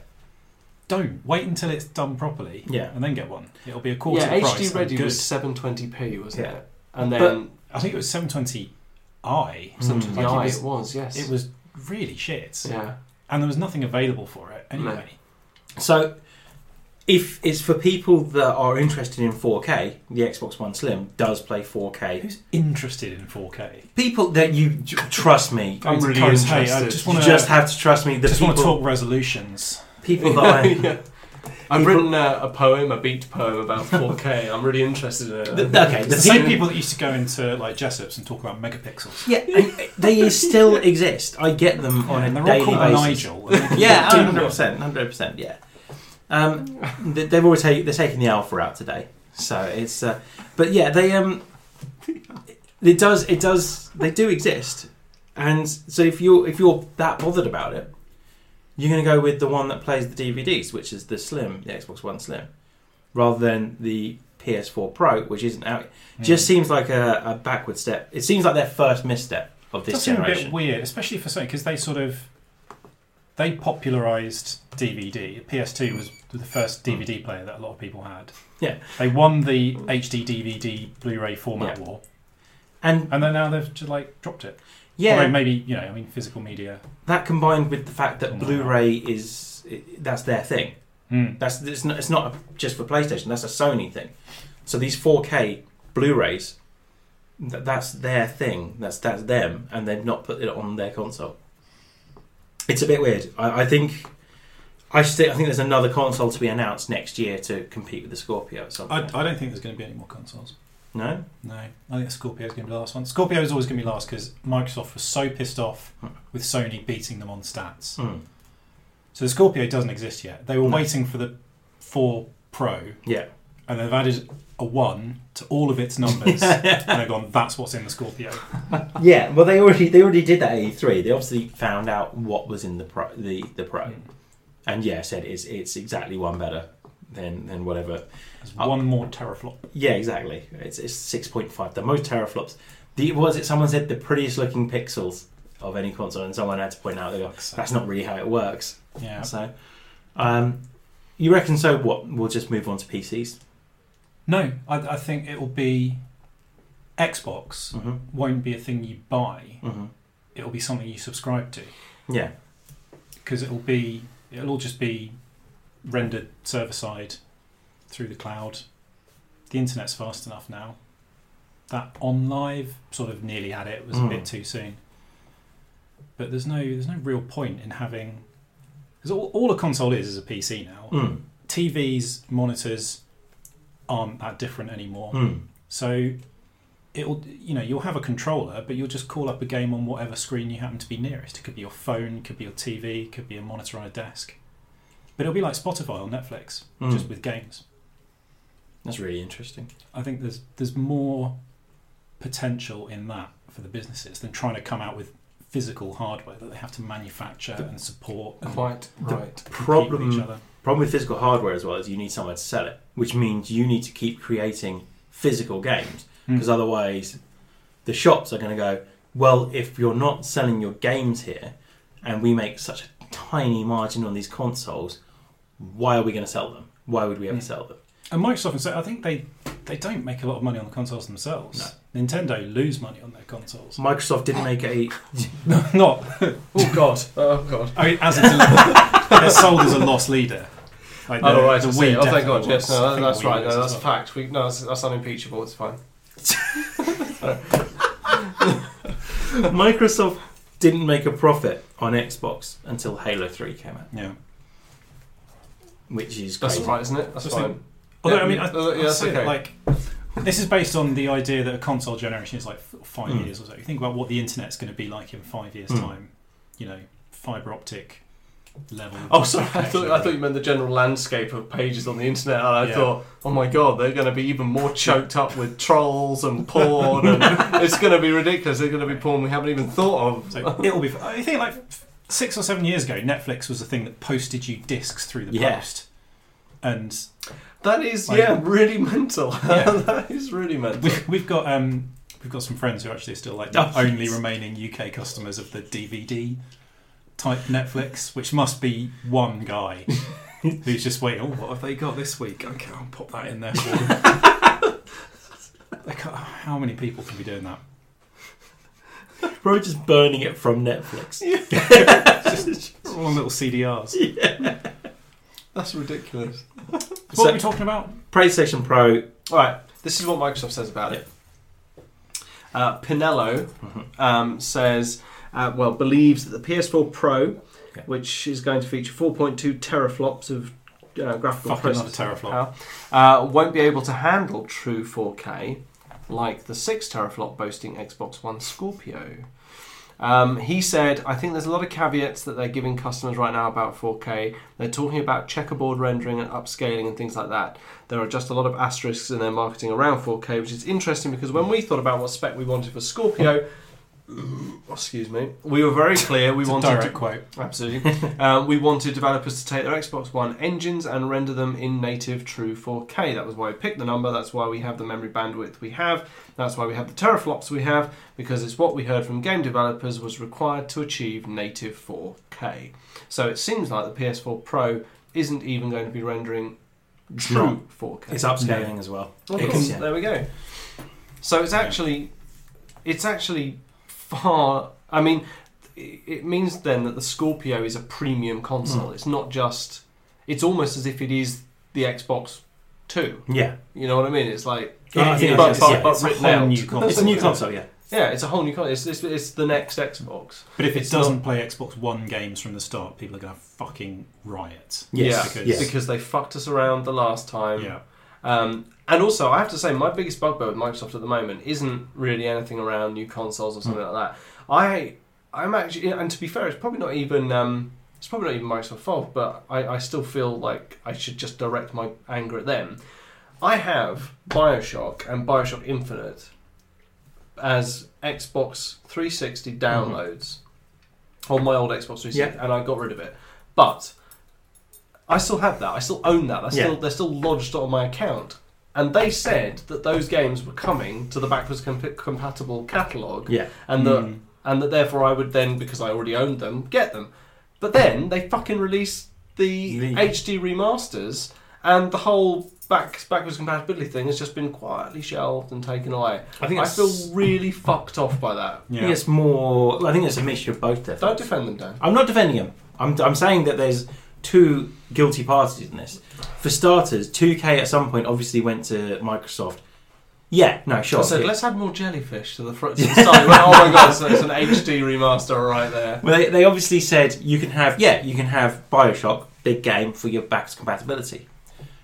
Speaker 3: Don't wait until it's done properly.
Speaker 1: Yeah.
Speaker 3: and then get one. It'll be a quarter
Speaker 2: Yeah,
Speaker 3: of the price.
Speaker 2: HD
Speaker 3: and
Speaker 2: Ready
Speaker 3: good.
Speaker 2: was 720p, wasn't
Speaker 1: Yeah.
Speaker 2: it? And
Speaker 1: But-
Speaker 2: then
Speaker 3: I think it was 720i. Like
Speaker 1: Mm.
Speaker 2: yeah,
Speaker 3: it, was,
Speaker 2: it was, yes.
Speaker 3: it was really shit,
Speaker 2: Yeah.
Speaker 3: and there was nothing available for it anyway.
Speaker 1: So, if it's for people that are interested in 4K, the Xbox One Slim does play 4K.
Speaker 3: Who's interested in 4K?
Speaker 1: People that you trust me,
Speaker 2: I'm
Speaker 3: It's
Speaker 2: really
Speaker 3: close,
Speaker 2: interested.
Speaker 3: Hey, I just
Speaker 1: you
Speaker 3: want to
Speaker 1: just have to trust me. The
Speaker 3: just want to
Speaker 1: people,
Speaker 3: talk resolutions.
Speaker 1: people that
Speaker 3: (laughs)
Speaker 1: I
Speaker 2: Yeah. I've written a, a poem, a beat poem
Speaker 3: (laughs)
Speaker 2: about 4K. I'm really interested in
Speaker 1: The-
Speaker 2: it.
Speaker 1: the- okay,
Speaker 3: It's the same people that used to go into like Jessup's and talk about megapixels.
Speaker 1: Yeah, and they still exist. I get them on
Speaker 3: and
Speaker 1: a
Speaker 3: they're
Speaker 1: daily
Speaker 3: all called
Speaker 1: basis.
Speaker 3: Nigel.
Speaker 1: (laughs)
Speaker 3: and they-
Speaker 1: Yeah, oh,
Speaker 3: do
Speaker 1: hundred percent, hundred percent. Yeah, um, th- they've always taken they're taking the alpha out today, so it's. Uh, but yeah, they um, it does it does they do exist, and so if you're if you're that bothered about it, you're going to go with the one that plays the DVDs, which is the Slim, the Xbox One Slim, rather than the PS4 Pro, which isn't out. yet.
Speaker 3: Mm.
Speaker 1: Just seems like a, a backward step. It seems like their first misstep of this
Speaker 3: does seem a
Speaker 1: generation.
Speaker 3: bit weird, especially for Sony, because they sort of they popularized DVD. PS2 was the first DVD player that a lot of people had.
Speaker 1: Hmm. Yeah.
Speaker 3: they won the HD DVD Blu-ray format war,
Speaker 1: and
Speaker 3: and then now they've just like dropped it.
Speaker 1: yeah,
Speaker 3: Although maybe you know, I mean, physical media.
Speaker 1: that combined with the fact that
Speaker 3: Oh my
Speaker 1: Blu-ray is it, that's their thing.
Speaker 3: Mm.
Speaker 1: That's it's not, it's not just for PlayStation. That's a Sony thing. So these 4K Blu-rays, th- that's their thing. That's that's them, and they've not put it on their console. It's a bit weird. I, I think. I, still I think there's another console to be announced next year to compete with the Scorpio or
Speaker 3: I,
Speaker 1: something.
Speaker 3: I don't think there's going to be any more consoles.
Speaker 1: no?
Speaker 3: No, I think Scorpio's going to be the last one. Scorpio is always going to be last because Microsoft was so pissed off
Speaker 1: Hmm.
Speaker 3: with Sony beating them on stats.
Speaker 1: Hmm.
Speaker 3: So the Scorpio doesn't exist yet. They were
Speaker 1: No.
Speaker 3: waiting for the 4 Pro.
Speaker 1: Yeah.
Speaker 3: And they've added a 1 to all of
Speaker 1: (laughs)
Speaker 3: its numbers. and they've gone, that's what's in the Scorpio.
Speaker 1: Yeah, well, E they already they already did that at E3. They obviously found out what was in the pro, the the pro,
Speaker 3: Mm.
Speaker 1: And yeah, I said it's it's exactly one better than than whatever.
Speaker 3: There's
Speaker 1: Oh.
Speaker 3: one more teraflop.
Speaker 1: Yeah, exactly. It's it's six point five. The most teraflops. The was it someone said the prettiest looking pixels of any console, and someone had to point out they go,
Speaker 3: Fuck's sake.
Speaker 1: that's not really how it works.
Speaker 3: Yeah.
Speaker 1: So, um, you reckon? So what? We'll just move on to PCs.
Speaker 3: No, I, I think it will be Xbox
Speaker 1: hmm
Speaker 3: won't be a thing you buy.
Speaker 1: hmm
Speaker 3: It'll be something you subscribe to
Speaker 1: Yeah.
Speaker 3: because it'll be it'll all just be rendered server side through the cloud. The internet's fast enough now. That on live sort of nearly had it. It was a
Speaker 1: Mm.
Speaker 3: bit too soon. But there's no there's no real point in having because all, all a console is is a PC now.
Speaker 1: Mm.
Speaker 3: TVs monitors aren't that different anymore.
Speaker 1: Mm.
Speaker 3: So it'll you know you'll have a controller, but you'll just call up a game on whatever screen you happen to be nearest. It could be your phone, could be your TV, could be a monitor on a desk. But it'll be like Spotify or Netflix,
Speaker 2: Hmm.
Speaker 1: Mm.
Speaker 3: just with games.
Speaker 1: That's really interesting.
Speaker 3: I think there's there's more potential in that for the businesses than trying to come out with physical hardware that they have to manufacture
Speaker 2: The-
Speaker 3: and support and
Speaker 2: Quite
Speaker 1: The-
Speaker 2: right.
Speaker 3: compete with each
Speaker 1: Problem
Speaker 3: other.
Speaker 1: problem with physical hardware as well is you need somewhere to sell it, which means you need to keep creating physical games
Speaker 2: Hmm.
Speaker 1: because otherwise the shops are going to go. Well, if you're not selling your games here, and we make such a tiny margin on these consoles, why are we going to sell them? Why would we
Speaker 2: Hmm.
Speaker 1: ever
Speaker 3: Mm.
Speaker 1: sell them?
Speaker 3: And Microsoft and so I think they they don't make a lot of money on the consoles themselves. Nintendo lose money on their consoles.
Speaker 1: Microsoft didn't make a
Speaker 3: (laughs)
Speaker 1: (laughs)
Speaker 3: Not
Speaker 2: Oh God. (laughs) Oh God.
Speaker 3: I mean as it's (laughs) they're sold as a loss leader. Like the-
Speaker 2: Oh right,
Speaker 3: the
Speaker 2: I
Speaker 3: Wii
Speaker 2: see. Oh thank
Speaker 3: definitely
Speaker 2: God. Yes,
Speaker 3: was. I
Speaker 2: no,
Speaker 3: think
Speaker 2: that's
Speaker 3: the Wii
Speaker 2: right.
Speaker 3: was
Speaker 2: No, that's
Speaker 3: as
Speaker 2: a
Speaker 3: well.
Speaker 2: fact. We, no, that's, that's unimpeachable. It's fine.
Speaker 1: Microsoft didn't make a profit on Xbox until Halo Three came out,
Speaker 3: Yeah.
Speaker 1: which is
Speaker 2: That's
Speaker 1: crazy.
Speaker 2: right, isn't it? That's
Speaker 3: Just think-
Speaker 2: fine.
Speaker 3: Although I
Speaker 2: Yeah,
Speaker 3: mean, I,
Speaker 2: yeah,
Speaker 3: I'll
Speaker 2: that's
Speaker 3: say that,
Speaker 2: okay.
Speaker 3: like this is based on the idea that a console generation is like f- five
Speaker 2: Hmm.
Speaker 1: Mm.
Speaker 3: years or so. You think about what the internet's going to be like in five years'
Speaker 1: Mm.
Speaker 3: time. You know, fiber optic level.
Speaker 2: Oh, sorry. I
Speaker 3: connection.
Speaker 2: thought, I thought you meant the general landscape of pages on the internet, and I
Speaker 3: Yeah.
Speaker 2: thought, oh my god, they're going to be even more choked up with trolls and porn,
Speaker 3: (laughs)
Speaker 2: and it's going to be ridiculous. They're going to be porn we haven't even thought of.
Speaker 3: So it'll be. I think like f- six or seven years ago, Netflix was the thing that posted you discs through the
Speaker 1: Yeah.
Speaker 3: post,
Speaker 2: (laughs)
Speaker 3: and
Speaker 2: That is,
Speaker 3: Like-
Speaker 2: yeah, really mental. (laughs)
Speaker 3: Yeah.
Speaker 2: that is really mental.
Speaker 3: we've, we've got um, we've got some friends who are actually still like
Speaker 1: Oh,
Speaker 3: the only
Speaker 1: yes.
Speaker 3: remaining UK customers of the DVD type Netflix, which must be one
Speaker 1: (laughs)
Speaker 3: guy who's just waiting. Oh, what have they got this week? Okay, I'll pop that in there. For them.
Speaker 1: (laughs)
Speaker 3: Like, uh, how many people can be doing that?
Speaker 1: Probably just burning it from Netflix.
Speaker 3: They're All on little CDRs.
Speaker 2: That's ridiculous.
Speaker 3: What
Speaker 1: So-
Speaker 3: are we talking about?
Speaker 1: PlayStation Pro.
Speaker 2: All right, this is what Microsoft says about it. Uh, Pinello um, says, uh, well, believes that the PS4 Pro,
Speaker 1: Okay.
Speaker 2: which is going to feature 4.2 teraflops of uh, graphical
Speaker 3: Fucking
Speaker 2: processing
Speaker 3: another teraflop.
Speaker 2: power, uh, won't be able to handle true 4K like the 6 teraflop boasting Xbox One Scorpio. Um, he said, I think there's a lot of caveats that they're giving customers right now about 4K. They're talking about checkerboard rendering and upscaling and things like that. There are just a lot of asterisks in their marketing around 4K, which is interesting because when we thought about what spec we wanted for Scorpio, (coughs) excuse me, we were very clear we
Speaker 3: It's a
Speaker 2: wanted to
Speaker 3: direct quote.
Speaker 2: Absolutely. um, we wanted developers to take their Xbox One engines and render them in native true 4K. That was why we picked the number. That's why we have the memory bandwidth we have. That's why we have the teraflops we have, because it's what we heard from game developers was required to achieve native 4K. So it seems like the PS4 Pro isn't even going to be rendering
Speaker 1: not.
Speaker 2: true 4K.
Speaker 1: It's upscaling as well.
Speaker 2: Of
Speaker 1: It
Speaker 2: course,
Speaker 1: can-
Speaker 2: there we go. So it's actually, it's actually far. I mean, i- it means then that the Scorpio is a premium console. It's not just. It's almost as if it is the Xbox Two.
Speaker 1: Yeah.
Speaker 2: You know what I mean? It's like
Speaker 1: Yeah, I think
Speaker 2: but,
Speaker 1: it's-
Speaker 2: but,
Speaker 1: yeah,
Speaker 2: but
Speaker 3: it's a
Speaker 2: written
Speaker 3: whole
Speaker 2: out.
Speaker 3: new console.
Speaker 1: It's a new console, yeah.
Speaker 2: Yeah, it's a whole new console. It's, it's, it's the next Xbox.
Speaker 3: But if it
Speaker 2: It's
Speaker 3: doesn't play Xbox One games from the start, people are going to fucking riot.
Speaker 1: Yes,
Speaker 2: yeah,
Speaker 1: yes.
Speaker 2: because they fucked us around the last time.
Speaker 3: Yeah.
Speaker 2: Um, and also, I have to say, my biggest bugbear with Microsoft at the moment isn't really anything around new consoles or something like that. I, I'm actually, and to be fair, it's probably not even, um, it's probably not even Microsoft's fault. But I, I still feel like I should just direct my anger at them. I have Bioshock and Bioshock Infinite as Xbox 360 downloads on my old Xbox 360, and I got rid of it. But I still have that. I still own that. I still
Speaker 1: Yeah.
Speaker 2: they're still lodged on my account. And they said that those games were coming to the backwards comp- compatible catalog,
Speaker 1: Yeah.
Speaker 2: and uh,
Speaker 1: Hmm.
Speaker 2: that
Speaker 3: Mm,
Speaker 2: and that therefore I would then because I already owned them get them. But then they fucking released the
Speaker 1: The-
Speaker 2: HD remasters, and the whole back backwards compatibility thing has just been quietly shelved and taken away.
Speaker 1: I think
Speaker 2: I
Speaker 1: it's-
Speaker 2: feel really fucked off by that.
Speaker 1: I think it's more. I think it's a mixture of both. There,
Speaker 2: Don't defend them, Dan.
Speaker 1: I'm not defending him. I'm, I'm saying that there's two guilty parties in this. For starters, 2K at some point obviously went to Microsoft. Yeah, no, sure.
Speaker 2: I said, let's add more jellyfish to the
Speaker 1: (laughs)
Speaker 2: front. To the side. Well, (laughs) oh my god, so it's an HD remaster right there.
Speaker 1: Well, they, they obviously said you can have yeah, you can have Bioshock big game for your backwards compatibility,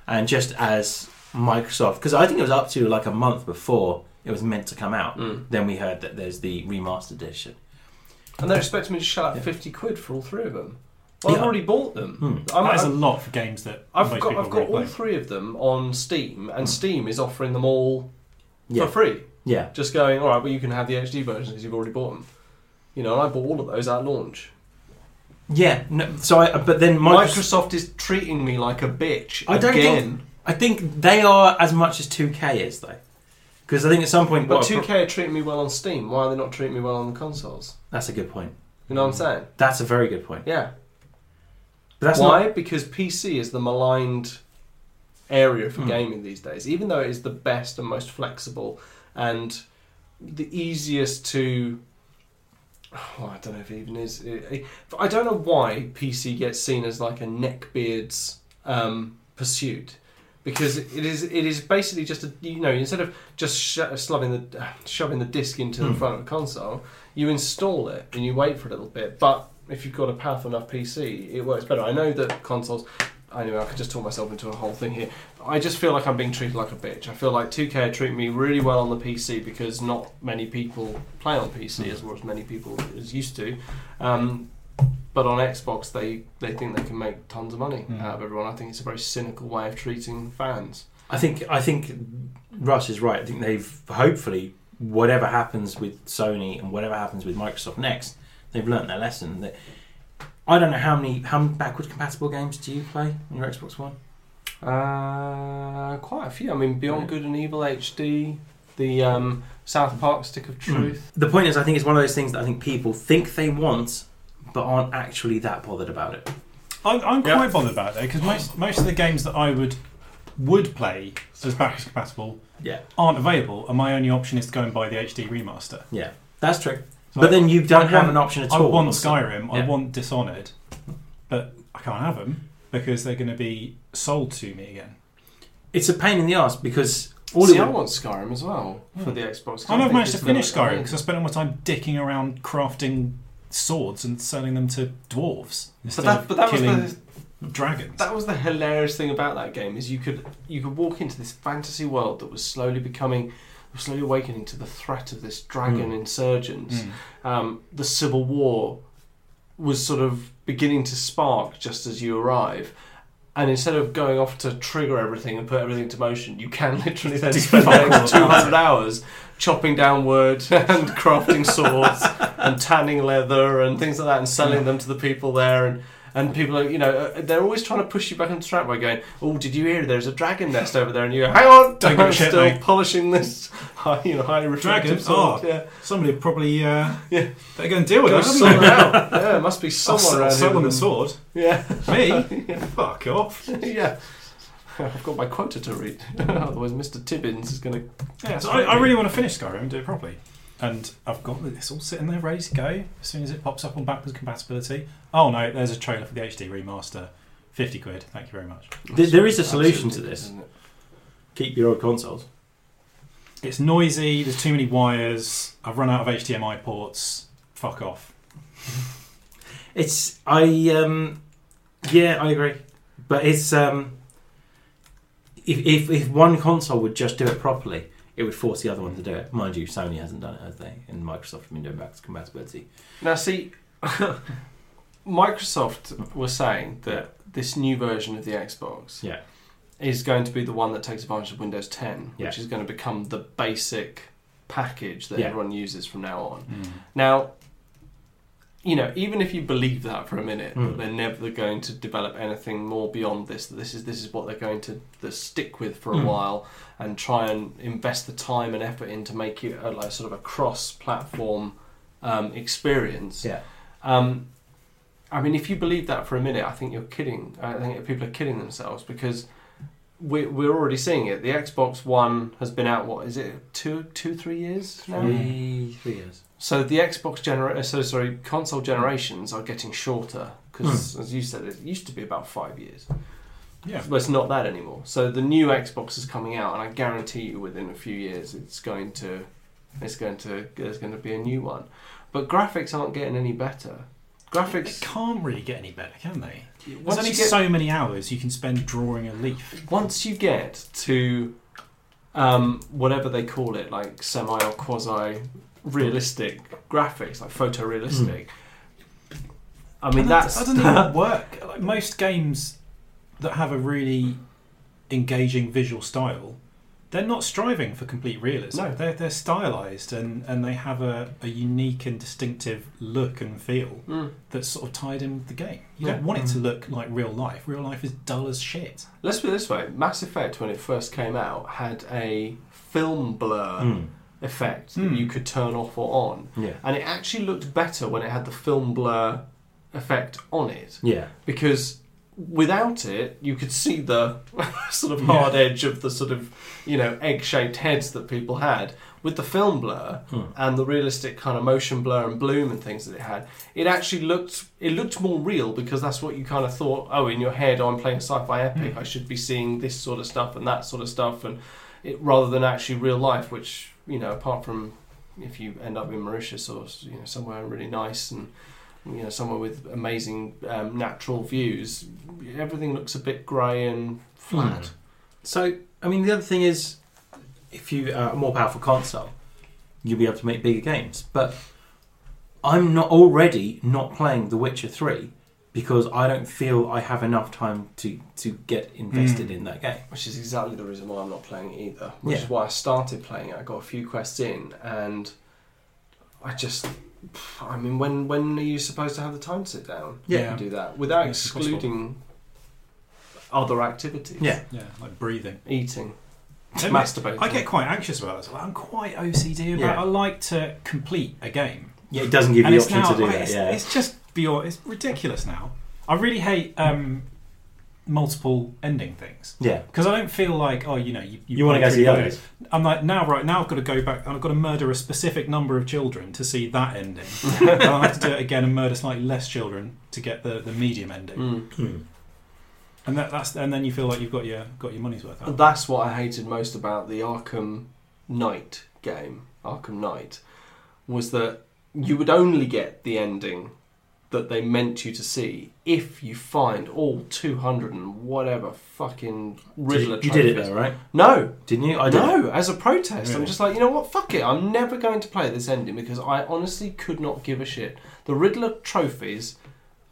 Speaker 1: and just as Microsoft, because I think it was up to like a month before it was meant to come out.
Speaker 2: Mm.
Speaker 1: Then we heard that there's the remastered edition.
Speaker 2: And they're expecting me to shell out
Speaker 1: Yeah.
Speaker 2: 50 quid for all three of them. Well, I've
Speaker 1: Yeah.
Speaker 2: already bought them.
Speaker 1: Hmm.
Speaker 2: I'm,
Speaker 3: that is a
Speaker 2: I'm-
Speaker 3: lot for games that
Speaker 2: I've
Speaker 3: most
Speaker 2: got,
Speaker 3: people
Speaker 2: I've got
Speaker 3: already
Speaker 2: all
Speaker 3: play.
Speaker 2: three of them on Steam, and Steam is offering them all
Speaker 1: Hmm. Yeah,
Speaker 2: for free.
Speaker 1: yeah,
Speaker 2: Just going, all right, well, you can have the HD versions because you've already bought them. You know, and I bought all of those at launch.
Speaker 1: yeah. No, so, I, but then Microsoft,
Speaker 2: Microsoft is treating me like a bitch
Speaker 1: I don't
Speaker 2: again.
Speaker 1: I think they are as much as 2K is though, because I think at some point,
Speaker 2: But
Speaker 1: what-
Speaker 2: 2K are treating me well on Steam. Why are they not treating me well on the consoles?
Speaker 1: that's a good point.
Speaker 2: You know what I'm saying?
Speaker 1: That's a very good point.
Speaker 2: Yeah.
Speaker 1: But that's
Speaker 2: Why?
Speaker 1: not.
Speaker 2: Because PC is the maligned area for
Speaker 1: Hmm.
Speaker 2: gaming these days, even though it is the best and most flexible and the easiest to. (sighs) Oh, I don't know if it even is. I don't know why PC gets seen as like a neckbeard's um, pursuit. Because it is, it is basically just a you know instead of just sho- shoving the (sighs) shoving the disc into the
Speaker 1: Hmm.
Speaker 2: front of the console, you install it and you wait for a little bit. But if you've got a powerful enough PC, it works better. I know that consoles. Anyway, I could just talk myself into a whole thing here. I just feel like I'm being treated like a bitch. I feel like 2K are treating me really well on the PC because not many people play on PC as well as many people as used to. Um, but on Xbox, they, they think they can make tons of money
Speaker 3: Mm.
Speaker 2: out of everyone. I think it's a very cynical way of treating fans.
Speaker 1: I think I think Russ is right. I think they've hopefully whatever happens with Sony and whatever happens with Microsoft next, they've learnt their lesson. That I don't know how many how many backward compatible games do you play on your Xbox One?
Speaker 2: Uh, quite a few. I mean, Beyond
Speaker 1: Yeah.
Speaker 2: Good and Evil HD, the um, South Park Stick of
Speaker 3: Hmm.
Speaker 2: Truth.
Speaker 1: The point is, I think it's one of those things that I think people think they want, but aren't actually that bothered about it.
Speaker 3: I'm, I'm
Speaker 2: Yeah.
Speaker 3: quite bothered about that because most most of the games that I would would play as backwards compatible
Speaker 1: Yeah.
Speaker 3: aren't available, and my only option is to go and buy the HD remaster.
Speaker 1: Yeah, that's true.
Speaker 3: So
Speaker 1: but
Speaker 3: I-
Speaker 1: then you don't
Speaker 3: I
Speaker 1: have
Speaker 3: want-
Speaker 1: an option at
Speaker 3: I
Speaker 1: all.
Speaker 3: want Skyrim, I
Speaker 1: Yeah.
Speaker 3: want Dishonored, but I can't have them because they're going to be sold to me again.
Speaker 1: It's a pain in the ass because all
Speaker 2: See,
Speaker 1: it
Speaker 2: I
Speaker 1: would-
Speaker 2: want Skyrim as well for
Speaker 3: Hmm.
Speaker 2: the Xbox. 'cause
Speaker 3: I never
Speaker 2: think
Speaker 3: managed to
Speaker 2: it's
Speaker 3: finish
Speaker 2: gonna-
Speaker 3: Skyrim because I spent all my time dicking around crafting swords and selling them to dwarves
Speaker 2: But
Speaker 3: instead
Speaker 2: that, but that
Speaker 3: of
Speaker 2: was
Speaker 3: killing
Speaker 2: the
Speaker 3: dragons.
Speaker 2: That was the hilarious thing about that game is you could you could walk into this fantasy world that was slowly becoming, was slowly awakening to the threat of this dragon
Speaker 3: Hmm.
Speaker 1: Mm.
Speaker 2: insurgence.
Speaker 3: Mm.
Speaker 2: Um, the civil war was sort of beginning to spark just as you arrive. And instead of going off to trigger everything and put everything to motion, you can (laughs) literally then
Speaker 3: Just
Speaker 2: spend the (laughs)
Speaker 3: fuck
Speaker 2: next
Speaker 3: all
Speaker 2: 200 hours chopping down wood (laughs) and crafting
Speaker 3: (laughs)
Speaker 2: swords and tanning leather and things like that and selling them to the people there. And, and people are, you know, uh, they're always trying to push you back on track by going, Oh, did you hear there's a dragon nest over there? And you go, Hang on,
Speaker 3: Don't give a
Speaker 2: I'm
Speaker 3: shit,
Speaker 2: still
Speaker 3: mate."
Speaker 2: polishing this, (laughs) high, you know, highly refractive
Speaker 3: Dragons
Speaker 2: sword.
Speaker 3: are
Speaker 2: Yeah.
Speaker 3: Somebody probably uh,
Speaker 2: Yeah.
Speaker 3: they're going to deal with
Speaker 2: Go
Speaker 3: it. (laughs)
Speaker 2: sort
Speaker 3: haven't
Speaker 2: it
Speaker 3: they?
Speaker 2: out. (laughs) Yeah, it must be
Speaker 3: I'll
Speaker 2: someone
Speaker 3: sell,
Speaker 2: around
Speaker 3: sell
Speaker 2: here
Speaker 3: them a
Speaker 2: with
Speaker 3: sword.
Speaker 2: (laughs) Yeah.
Speaker 3: Me?
Speaker 2: (laughs) yeah.
Speaker 3: Fuck off.
Speaker 2: yeah. I've got my quota to read. (laughs) Otherwise, Mr. Tibbins is going to.
Speaker 3: Yeah, so I, I really want to finish Skyrim and do it properly. And I've got this all sitting there ready to go as soon as it pops up on backwards compatibility. Oh no, there's a trailer for the HD remaster. 50 quid, thank you very much.
Speaker 1: There- there is a solution to this. keep your old consoles.
Speaker 3: It's noisy, there's too many wires, I've run out of HDMI ports, fuck off.
Speaker 1: It's I um yeah, I agree. But it's um if if, if one console would just do it properly, it would force the other one to do it. Mind you, Sony hasn't done it, have they? And Microsoft have been doing backwards compatibility.
Speaker 2: Now, see, (laughs) Microsoft were saying that this new version of the Xbox
Speaker 1: Yeah.
Speaker 2: is going to be the one that takes advantage of Windows 10, which
Speaker 1: Yeah.
Speaker 2: is going to become the basic package that
Speaker 1: Yeah.
Speaker 2: Hmm. everyone uses from now on. Now, you know, even if you believe that for a minute,
Speaker 1: Mm.
Speaker 2: that they're never going to develop anything more beyond this, that this is this is what they're going to, to stick with for a
Speaker 1: Mm.
Speaker 2: while and try and invest the time and effort in to make it a, like sort of a cross-platform um, experience.
Speaker 1: Yeah.
Speaker 2: Um, I mean, if you believe that for a minute, I think you're kidding. I think people are kidding themselves because we're, we're already seeing it. The Xbox One has been out, what is it, two, two, three years now?
Speaker 1: Three, three years.
Speaker 2: So the Xbox genera- uh, so sorry, console generations are getting shorter because, as you said, it used to be about five years.
Speaker 3: Hmm. Yeah.
Speaker 2: But it's not that anymore. So the new Xbox is coming out, and I guarantee you, within a few years, it's going to, it's going to, there's going to be a new one. But graphics aren't getting any better.
Speaker 3: It
Speaker 2: Graphics.
Speaker 3: can't really get any better, can they? There's
Speaker 2: Once
Speaker 3: only
Speaker 2: you get,
Speaker 3: so many hours you can spend drawing a leaf.
Speaker 2: once you get to um, whatever they call it, like semi or quasi realistic graphics, like photorealistic. I mean,
Speaker 3: And that
Speaker 2: that's
Speaker 3: that doesn't even work. Like, most games that have a really engaging visual style, they're not striving for complete realism.
Speaker 2: No.
Speaker 3: They're, they're stylized and, and they have a, a unique and distinctive look and feel
Speaker 2: (laughs) Mm.
Speaker 3: that's sort of tied in with the game. You
Speaker 2: Yeah.
Speaker 3: don't want it to
Speaker 1: Mm.
Speaker 3: look like real life. Real life is dull as shit.
Speaker 2: Let's put it this way: Mass Effect, when it first came out, had a film blur
Speaker 1: Mm.
Speaker 2: effect that
Speaker 3: Mm.
Speaker 2: you could turn off or on,
Speaker 1: Yeah.
Speaker 2: and it actually looked better when it had the film blur effect on it
Speaker 1: Yeah.
Speaker 2: because without it, you could see the (laughs) sort of
Speaker 3: Yeah.
Speaker 2: hard edge of the sort of you know egg-shaped heads that people had. With the film blur
Speaker 1: Mm.
Speaker 2: and the realistic kind of motion blur and bloom and things that it had, it actually looked it looked more real because that's what you kind of thought. Oh, in your head, oh, I'm playing a sci-fi epic. I should be seeing this sort of stuff and that sort of stuff, and it, rather than actually real life, which you know, apart from if you end up in Mauritius or you know somewhere really nice and you know somewhere with amazing um, natural views, everything looks a bit grey and flat.
Speaker 1: Mm. So, I mean, the other thing is, if you are a more powerful console, you'll be able to make bigger games. But I'm not already not playing The Witcher Three because I don't feel I have enough time to to get invested
Speaker 3: Mm.
Speaker 1: in that game.
Speaker 2: which is exactly the reason why I'm not playing it either. Which
Speaker 1: Yeah.
Speaker 2: is why I started playing it. I got a few quests in, and I just, I mean, when when are you supposed to have the time to sit down
Speaker 1: Yeah.
Speaker 2: and do that without
Speaker 3: It's impossible.
Speaker 2: excluding other activities?
Speaker 1: Yeah.
Speaker 3: Yeah, like breathing.
Speaker 2: eating,
Speaker 3: Don't
Speaker 2: masturbating.
Speaker 3: I get quite anxious about this. Like, I'm quite OCD about.
Speaker 1: Yeah.
Speaker 3: I like to complete a game,
Speaker 1: Yeah, it doesn't give
Speaker 3: and
Speaker 1: you the
Speaker 3: it's
Speaker 1: option
Speaker 3: now
Speaker 1: to do
Speaker 3: like,
Speaker 1: that.
Speaker 3: it's,
Speaker 1: yeah.
Speaker 3: it's just beyond. It's ridiculous now. I really hate um, multiple ending things
Speaker 1: yeah.
Speaker 3: because I don't feel like oh you know you
Speaker 1: You, want to go
Speaker 3: play
Speaker 1: to
Speaker 3: through
Speaker 1: the others?
Speaker 3: I'm like now right now I've got to go back and I've got to murder a specific number of children to see
Speaker 1: (laughs)
Speaker 3: that ending. and I have to do it again and murder slightly less children to get the, the medium ending.
Speaker 2: Mm.
Speaker 1: Mm.
Speaker 3: And that, that's and then you feel like you've got your got your money's worth out.
Speaker 2: And That's what I hated most about the Arkham Knight game, Arkham Knight, was that you would only get the ending that they meant you to see if you find all 200 and whatever fucking Riddler
Speaker 1: Did you, you did it
Speaker 2: trophies.
Speaker 1: though, right?
Speaker 2: No,
Speaker 1: Didn't you? I did.
Speaker 2: no, as a protest. I'm
Speaker 3: Really?
Speaker 2: just like, you know what, fuck it. I'm never going to play this ending because I honestly could not give a shit. The Riddler trophies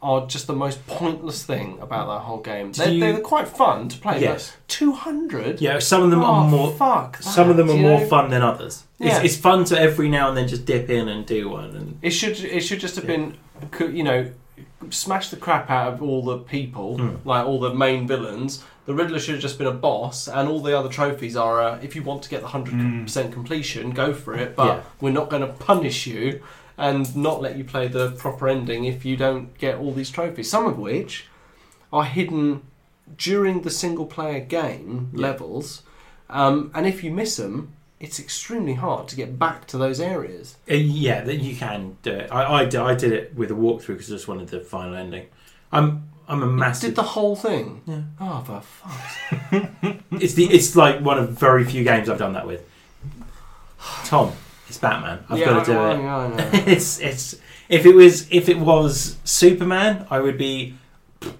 Speaker 2: are just the most pointless thing about that whole game.
Speaker 1: Did
Speaker 2: They're,
Speaker 1: you-
Speaker 2: they're quite fun to play, but
Speaker 1: Yes.
Speaker 2: 200?
Speaker 1: Yeah. Some of them are more.
Speaker 2: Oh, Fuck that,
Speaker 1: Some of them are
Speaker 2: you
Speaker 1: more
Speaker 2: know?
Speaker 1: fun than others.
Speaker 2: Yeah.
Speaker 1: It's, it's fun to every now and then just dip in and do one and
Speaker 2: It should it should just have
Speaker 1: Yeah.
Speaker 2: been co- you know smash the crap out of all the people
Speaker 1: Mm.
Speaker 2: like all the main villains. The Riddler should have just been a boss, and all the other trophies are uh, if you want to get the hundred percent completion, go for it. But
Speaker 1: Hmm. Yeah.
Speaker 2: we're not going to punish you and not let you play the proper ending if you don't get all these trophies. Some of which are hidden during the single player game
Speaker 1: Yeah.
Speaker 2: levels, um, and if you miss them, it's extremely hard to get back to those areas.
Speaker 1: Uh, yeah, that you can do it. I, I, di- I did it with a walkthrough because I just wanted the final ending. I'm I'm a massive.
Speaker 2: Did the whole thing.
Speaker 1: Yeah.
Speaker 2: Oh, for fuck's
Speaker 1: it's the it's like one of very few games I've done that with. Tom, it's Batman. I've got to do it. (laughs) it's it's if it was if it was Superman, I would be.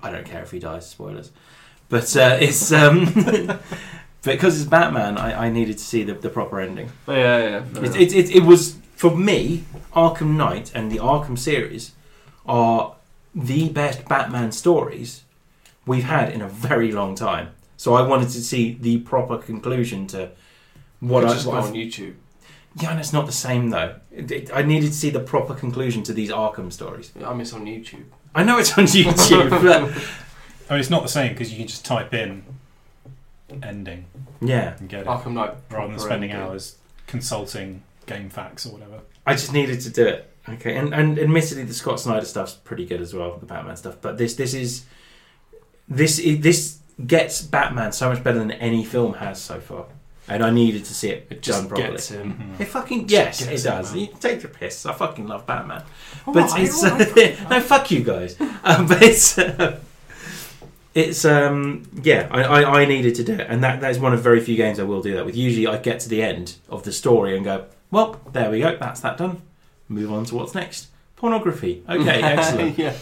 Speaker 1: I don't care if he dies. Spoilers, but uh, it's um. (laughs) Because it's Batman, I, I needed to see the, the proper ending.
Speaker 2: Yeah, yeah, yeah.
Speaker 1: It, it, it, it was, for me, Arkham Knight and the Arkham series are the best Batman stories we've had in a very long time. So I wanted to see the proper conclusion to what
Speaker 2: Could
Speaker 1: I
Speaker 2: just
Speaker 1: what
Speaker 2: go
Speaker 1: I've-
Speaker 2: on YouTube.
Speaker 1: Yeah, and it's not the same though. It- it- I needed to see the proper conclusion to these Arkham stories.
Speaker 2: I miss on YouTube.
Speaker 1: I know it's on (laughs) YouTube, but
Speaker 3: I mean, it's not the same because you can just type in ending
Speaker 1: yeah,
Speaker 3: and get it
Speaker 2: Arkham Knight.
Speaker 3: rather
Speaker 2: proper
Speaker 3: than spending
Speaker 2: ending.
Speaker 3: hours consulting game facts or whatever.
Speaker 1: I just needed to do it. Okay, and and admittedly, the Scott Snyder stuff's pretty good as well, the Batman stuff. But this this is this i this gets Batman so much better than any film has so far, and I needed to see it, done
Speaker 2: It just
Speaker 1: properly.
Speaker 2: gets
Speaker 1: (laughs)
Speaker 2: him.
Speaker 1: It
Speaker 3: Mhm.
Speaker 1: fucking yes,
Speaker 2: Just
Speaker 1: it
Speaker 2: gets
Speaker 1: does.
Speaker 2: Batman.
Speaker 1: You take the piss. I fucking love Batman,
Speaker 2: All
Speaker 1: but
Speaker 2: right,
Speaker 1: it's
Speaker 2: (laughs) all
Speaker 1: (laughs)
Speaker 2: right.
Speaker 1: no fuck you guys. (laughs) Um, but it's uh, it's um yeah. I, I I needed to do it, and that that is one of very few games I will do that with. Usually, I get to the end of the story and go, well, there we go. That's that done. Move on to what's next. Pornography.
Speaker 2: (laughs)
Speaker 1: Okay, excellent.
Speaker 2: yeah.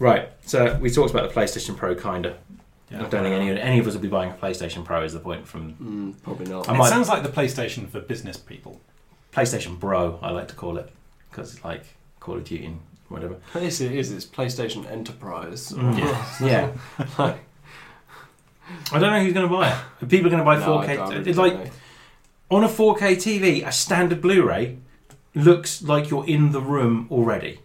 Speaker 1: right. So we talked about the PlayStation Pro, kinda. I don't think any any of us will be buying a PlayStation Pro. Is the point from
Speaker 2: Mm, probably not.
Speaker 1: I
Speaker 3: And it
Speaker 1: might-
Speaker 3: sounds like the PlayStation for business people.
Speaker 1: PlayStation Bro? I like to call it because it's like Call of Duty and whatever.
Speaker 2: Yes, it is. It's PlayStation Enterprise.
Speaker 1: Mm.
Speaker 2: (laughs)
Speaker 1: Yeah. (laughs)
Speaker 2: Like,
Speaker 1: I don't know who's going to buy it. People are going to buy
Speaker 2: no,
Speaker 1: 4K.
Speaker 2: I don't- I really
Speaker 1: it's like
Speaker 2: don't know.
Speaker 1: on a 4K TV, a standard Blu-ray looks like you're in the room already.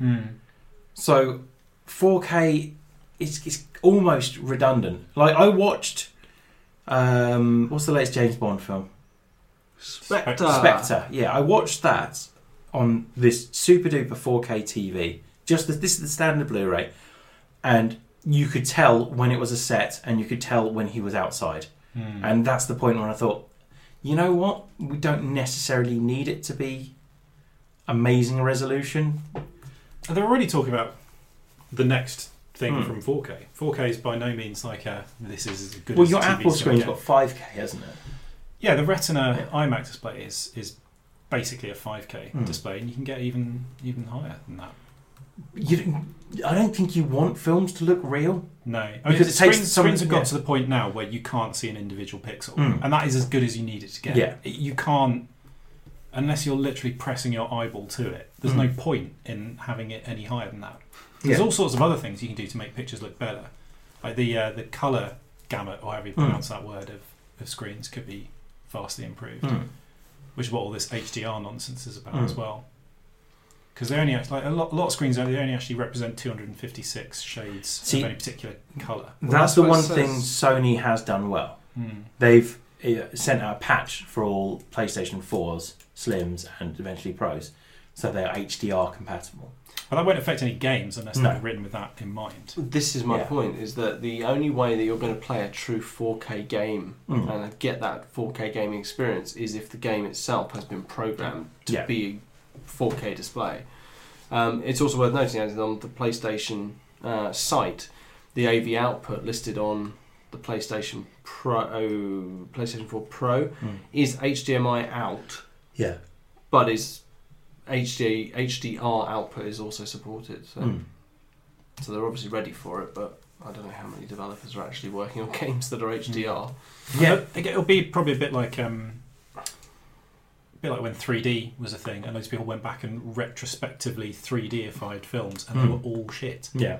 Speaker 1: So 4K is it's almost redundant. Like I watched um, what's the latest James Bond film?
Speaker 2: Spectre.
Speaker 1: Spectre. Yeah, I watched that on this super duper 4K TV. Just this, this is the standard Blu-ray, and you could tell when it was a set, and you could tell when he was outside.
Speaker 3: Mm.
Speaker 1: And that's the point when I thought, you know what? We don't necessarily need it to be amazing resolution.
Speaker 3: And they're already talking about the next
Speaker 1: Hmm.
Speaker 3: thing from 4K. 4K is by no means like a this is as good.
Speaker 1: well,
Speaker 3: as
Speaker 1: your
Speaker 3: a TV's
Speaker 1: Apple
Speaker 3: gonna
Speaker 1: screen's
Speaker 3: get.
Speaker 1: got 5K, hasn't it?
Speaker 3: Yeah, the Retina
Speaker 1: Yeah.
Speaker 3: IMAX display is is basically a 5K
Speaker 1: Hmm.
Speaker 3: display, and you can get even even higher than that.
Speaker 1: You, don't- I don't think you want films to look real.
Speaker 3: No, I mean,
Speaker 1: Because it
Speaker 3: screens,
Speaker 1: takes some-
Speaker 3: screens have got
Speaker 1: yeah.
Speaker 3: to the point now where you can't see an individual pixel,
Speaker 1: Mm.
Speaker 3: and that is as good as you need it to get.
Speaker 1: Yeah.
Speaker 3: It- you can't unless you're literally pressing your eyeball to it. There's
Speaker 1: Mm.
Speaker 3: no point in having it any higher than that. There's all sorts of other things you can do to make pictures look better, like the uh, the color gamut or however you
Speaker 1: Mm.
Speaker 3: pronounce that word of, of screens could be vastly improved,
Speaker 2: Hmm.
Speaker 1: Mm.
Speaker 3: which is what all this HDR nonsense is about
Speaker 1: Mm.
Speaker 3: as well. Because they only act- like a lot, a lot of screens they only actually represent 256 shades
Speaker 1: See-
Speaker 3: of any particular color.
Speaker 1: that's
Speaker 2: Well, that's
Speaker 1: the
Speaker 2: what it
Speaker 1: one
Speaker 2: says.
Speaker 1: thing Sony has done well.
Speaker 3: Mm.
Speaker 1: They've uh, sent out a patch for all PlayStation 4s, Slims, and eventually Pros, so they are HDR compatible.
Speaker 3: But that won't affect any games unless
Speaker 1: No.
Speaker 3: they're written with that in mind.
Speaker 2: This is my
Speaker 1: Yeah.
Speaker 2: point: is that the only way that you're going to play a true 4K game
Speaker 1: Mm.
Speaker 2: and get that 4K gaming experience is if the game itself has been programmed to
Speaker 1: Yeah.
Speaker 2: be a 4K display. Um, it's also worth noting as on the PlayStation uh, site, the AV output listed on the PlayStation Pro, PlayStation 4 Pro,
Speaker 1: Mm.
Speaker 2: is HDMI out,
Speaker 1: Yeah.
Speaker 2: but is HD HDR output is also supported. So,
Speaker 1: Mm.
Speaker 2: so they're obviously ready for it, but. I don't know how many developers are actually working on (laughs) games that are HDR.
Speaker 1: Yeah.
Speaker 3: I think it'll be probably a bit like um, a bit like when 3D was a thing, and those people went back and retrospectively 3D-ified films, and they
Speaker 1: Hmm.
Speaker 3: were all shit.
Speaker 1: Yeah.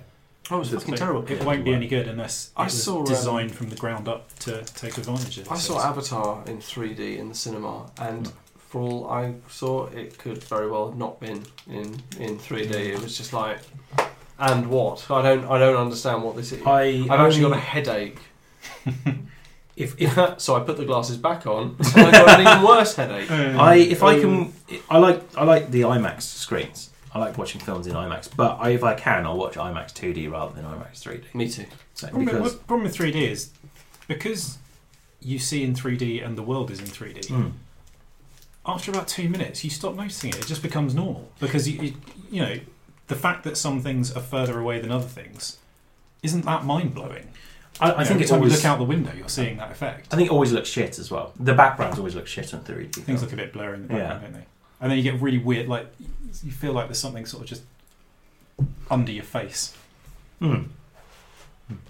Speaker 2: Oh, it's fucking
Speaker 3: So
Speaker 2: terrible.
Speaker 3: It won't be any good unless
Speaker 2: I
Speaker 3: it was
Speaker 2: saw, um,
Speaker 3: designed from the ground up to take advantage of it.
Speaker 2: I
Speaker 3: So
Speaker 2: saw
Speaker 3: it's-
Speaker 2: Avatar in 3D in the cinema, and for all I saw, it could very well have not been in in 3D. It was just like, and what? I don't I don't understand what this is. I,
Speaker 1: I
Speaker 2: have actually got
Speaker 1: only-
Speaker 2: a headache,
Speaker 1: if, if
Speaker 2: (laughs) so I put the glasses back (laughs) on, and I got an even worse headache. (laughs)
Speaker 1: I
Speaker 3: Um,
Speaker 1: if I
Speaker 2: Um,
Speaker 1: can, I like I like the IMAX screens. I like watching films in IMAX, but I, if I can, I'll watch IMAX 2D rather than IMAX 3D.
Speaker 2: Me too.
Speaker 1: So,
Speaker 3: problem,
Speaker 1: because
Speaker 3: with, problem with 3D is because you see in 3D and the world is in 3D.
Speaker 1: Mm.
Speaker 3: after about two minutes, you stop noticing it. It just becomes normal because you, you, you know, the fact that some things are further away than other things isn't that mind blowing.
Speaker 1: I, I think
Speaker 3: every
Speaker 1: it
Speaker 3: time you
Speaker 1: always.
Speaker 3: look out the window, you're seeing that effect.
Speaker 1: I think it always looks shit as well. The backgrounds always look shit on 3D.
Speaker 3: Things
Speaker 1: films.
Speaker 3: look a bit blurry in the
Speaker 1: Yeah.
Speaker 3: background, don't they? And then you get really weird, like you feel like there's something sort of just under your face.
Speaker 1: Mm.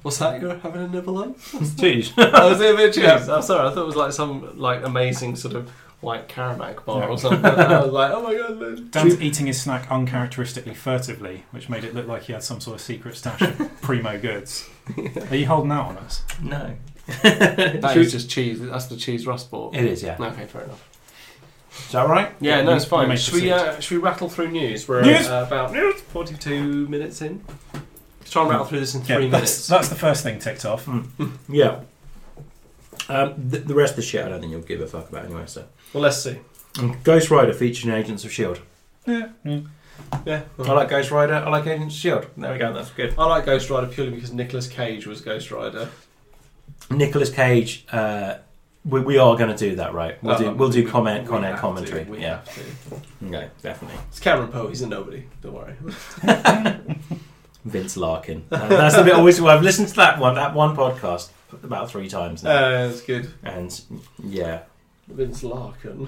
Speaker 2: What's that? You're having a nibble (laughs) on?
Speaker 1: Hmm. Jeez.
Speaker 2: I was a bit cheese.
Speaker 1: Yeah.
Speaker 2: I'm sorry. I thought it was like some like amazing sort of white Caramac bar
Speaker 3: No.
Speaker 2: or something. I was like, oh my (laughs) god. no.
Speaker 3: Dan's eating his snack uncharacteristically furtively, which made it look like he had some sort of secret stash
Speaker 1: (laughs)
Speaker 3: of primo goods. Are you holding out on us?
Speaker 1: No.
Speaker 2: That is just cheese. That's the cheese rust ball.
Speaker 1: It is, yeah.
Speaker 2: Okay, fair enough.
Speaker 1: Is that right?
Speaker 2: Yeah,
Speaker 3: Yeah,
Speaker 2: no,
Speaker 3: you-
Speaker 2: it's
Speaker 3: you
Speaker 2: fine.
Speaker 3: may
Speaker 2: Should we,
Speaker 3: proceed.
Speaker 2: uh, should we rattle through news? We're
Speaker 3: News!
Speaker 2: Uh, about 42 minutes in. Let's try and rattle through this in three
Speaker 3: that's,
Speaker 2: minutes.
Speaker 3: that's the first thing ticked off.
Speaker 1: Hmm. Yeah. Um, the, the rest of the shit, I don't think you'll give a fuck about anyway. So,
Speaker 2: Well, let's see.
Speaker 1: Um, Ghost Rider featuring Agents of Shield.
Speaker 3: Yeah. mm.
Speaker 2: Yeah.
Speaker 1: E I like Ghost Rider. I like Agents of Shield. There we go. That's good.
Speaker 2: I like Ghost Rider purely because Nicolas Cage was Ghost Rider.
Speaker 1: Nicolas Cage. Uh, we, we are going to do that, right? We'll do
Speaker 2: Um,
Speaker 1: we'll do
Speaker 2: we-
Speaker 1: comment
Speaker 2: we
Speaker 1: on air
Speaker 2: have
Speaker 1: commentary.
Speaker 2: to, we
Speaker 1: yeah.
Speaker 2: have to.
Speaker 1: Okay. Definitely.
Speaker 2: It's Cameron Poe. He's a nobody. Don't worry.
Speaker 1: Vince (laughs) Larkin. Uh, that's the bit I wish. Well, I've listened to that one. That one podcast about three times now.
Speaker 2: Uh, it's good.
Speaker 1: and yeah,
Speaker 2: Vince Larkin.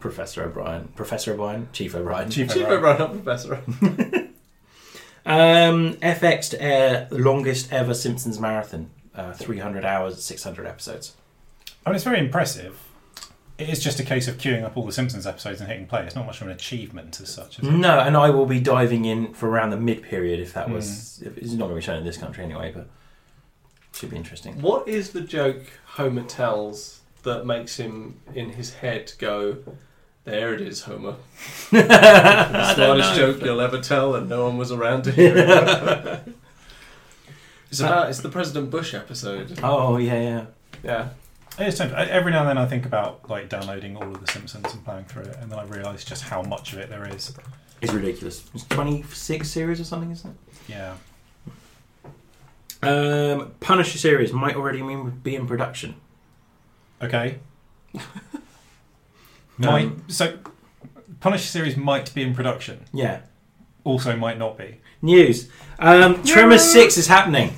Speaker 1: Professor O'Brien, Professor O'Brien, Chief O'Brien.
Speaker 3: Chief
Speaker 2: Chief O'Brien,
Speaker 3: O'Brien.
Speaker 2: not Professor.
Speaker 1: Um, FX to air the longest ever Simpsons marathon, uh, 300 hours, 600 episodes.
Speaker 3: I mean, it's very impressive. It is just a case of queuing up all the Simpsons episodes and hitting play. It's not much of an achievement as such, is it?
Speaker 1: No, and I will be diving in for around the mid period if that was. If, it's not going to be shown in this country anyway, but should be (laughs) interesting.
Speaker 2: What is the joke Homer tells that makes him in his head go, "There it is, Homer." the (laughs) smartest joke you'll ever tell, and no one was around to hear it. (laughs) it's about it's the President Bush episode.
Speaker 1: Oh yeah, yeah.
Speaker 2: Yeah,
Speaker 3: It is tempting. I- Every now and then I think about like downloading all of the Simpsons and playing through it, and then I realise just how much of it there is.
Speaker 1: It's ridiculous. It's 26 series or something, isn't it?
Speaker 3: Yeah.
Speaker 1: Um, Punisher series might already mean be in production. (laughs)
Speaker 3: Okay.
Speaker 1: Um,
Speaker 3: might so Punisher series might be in production.
Speaker 1: Yeah.
Speaker 3: Also might not be.
Speaker 1: News. Um, Tremor 6 is happening.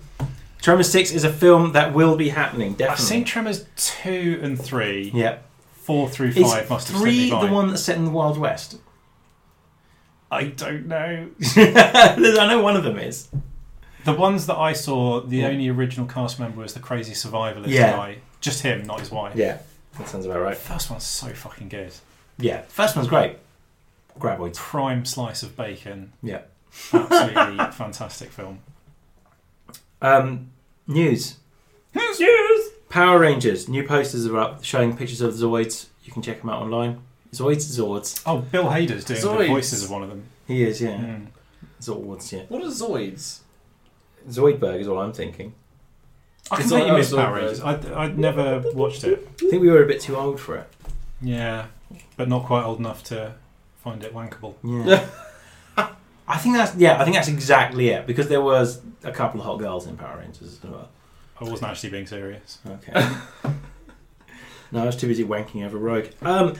Speaker 1: (laughs) Tremor 6 is a film that will be happening, definitely.
Speaker 3: I've seen Tremors two and three.
Speaker 1: Yeah.
Speaker 3: Four through
Speaker 1: Is
Speaker 3: five must have
Speaker 1: three
Speaker 3: slipped
Speaker 1: the
Speaker 3: me by.
Speaker 1: one that's set in the Wild West? (laughs)
Speaker 3: I don't know.
Speaker 1: I know one of them is.
Speaker 3: The ones that I saw, the
Speaker 1: Yeah.
Speaker 3: only original cast member was the crazy survivalist
Speaker 1: Yeah.
Speaker 3: guy. Just him, not his wife.
Speaker 1: Yeah. That sounds about
Speaker 3: The
Speaker 1: right.
Speaker 3: first one's so fucking good.
Speaker 1: Yeah. First one's great. Graboids.
Speaker 3: Prime slice of bacon.
Speaker 1: Yeah.
Speaker 3: Absolutely fantastic film.
Speaker 1: Um, news.
Speaker 3: Yes.
Speaker 1: Power Rangers. New posters are up showing pictures of the Zoids. You can check them out online. Zoids, Zords.
Speaker 3: Oh, Bill Hader's doing
Speaker 2: Zoids.
Speaker 3: the voices of one of them.
Speaker 1: He is, yeah.
Speaker 3: Mm.
Speaker 1: Zords, yeah.
Speaker 2: what are Zoids?
Speaker 1: Zoidberg is all I'm thinking.
Speaker 3: I
Speaker 2: It's
Speaker 3: completely
Speaker 2: all-
Speaker 3: missed
Speaker 2: it's all
Speaker 3: Power
Speaker 2: right.
Speaker 3: Rangers. I'd, I'd never watched it.
Speaker 1: I think we were a bit too old for it.
Speaker 3: Yeah, but not quite old enough to find it wankable.
Speaker 1: Yeah. (laughs) I think that's yeah. I think that's exactly it because there was a couple of hot girls in Power Rangers as well.
Speaker 3: I wasn't actually being serious.
Speaker 1: Okay. (laughs) no, I was too busy wanking over Rogue. Um,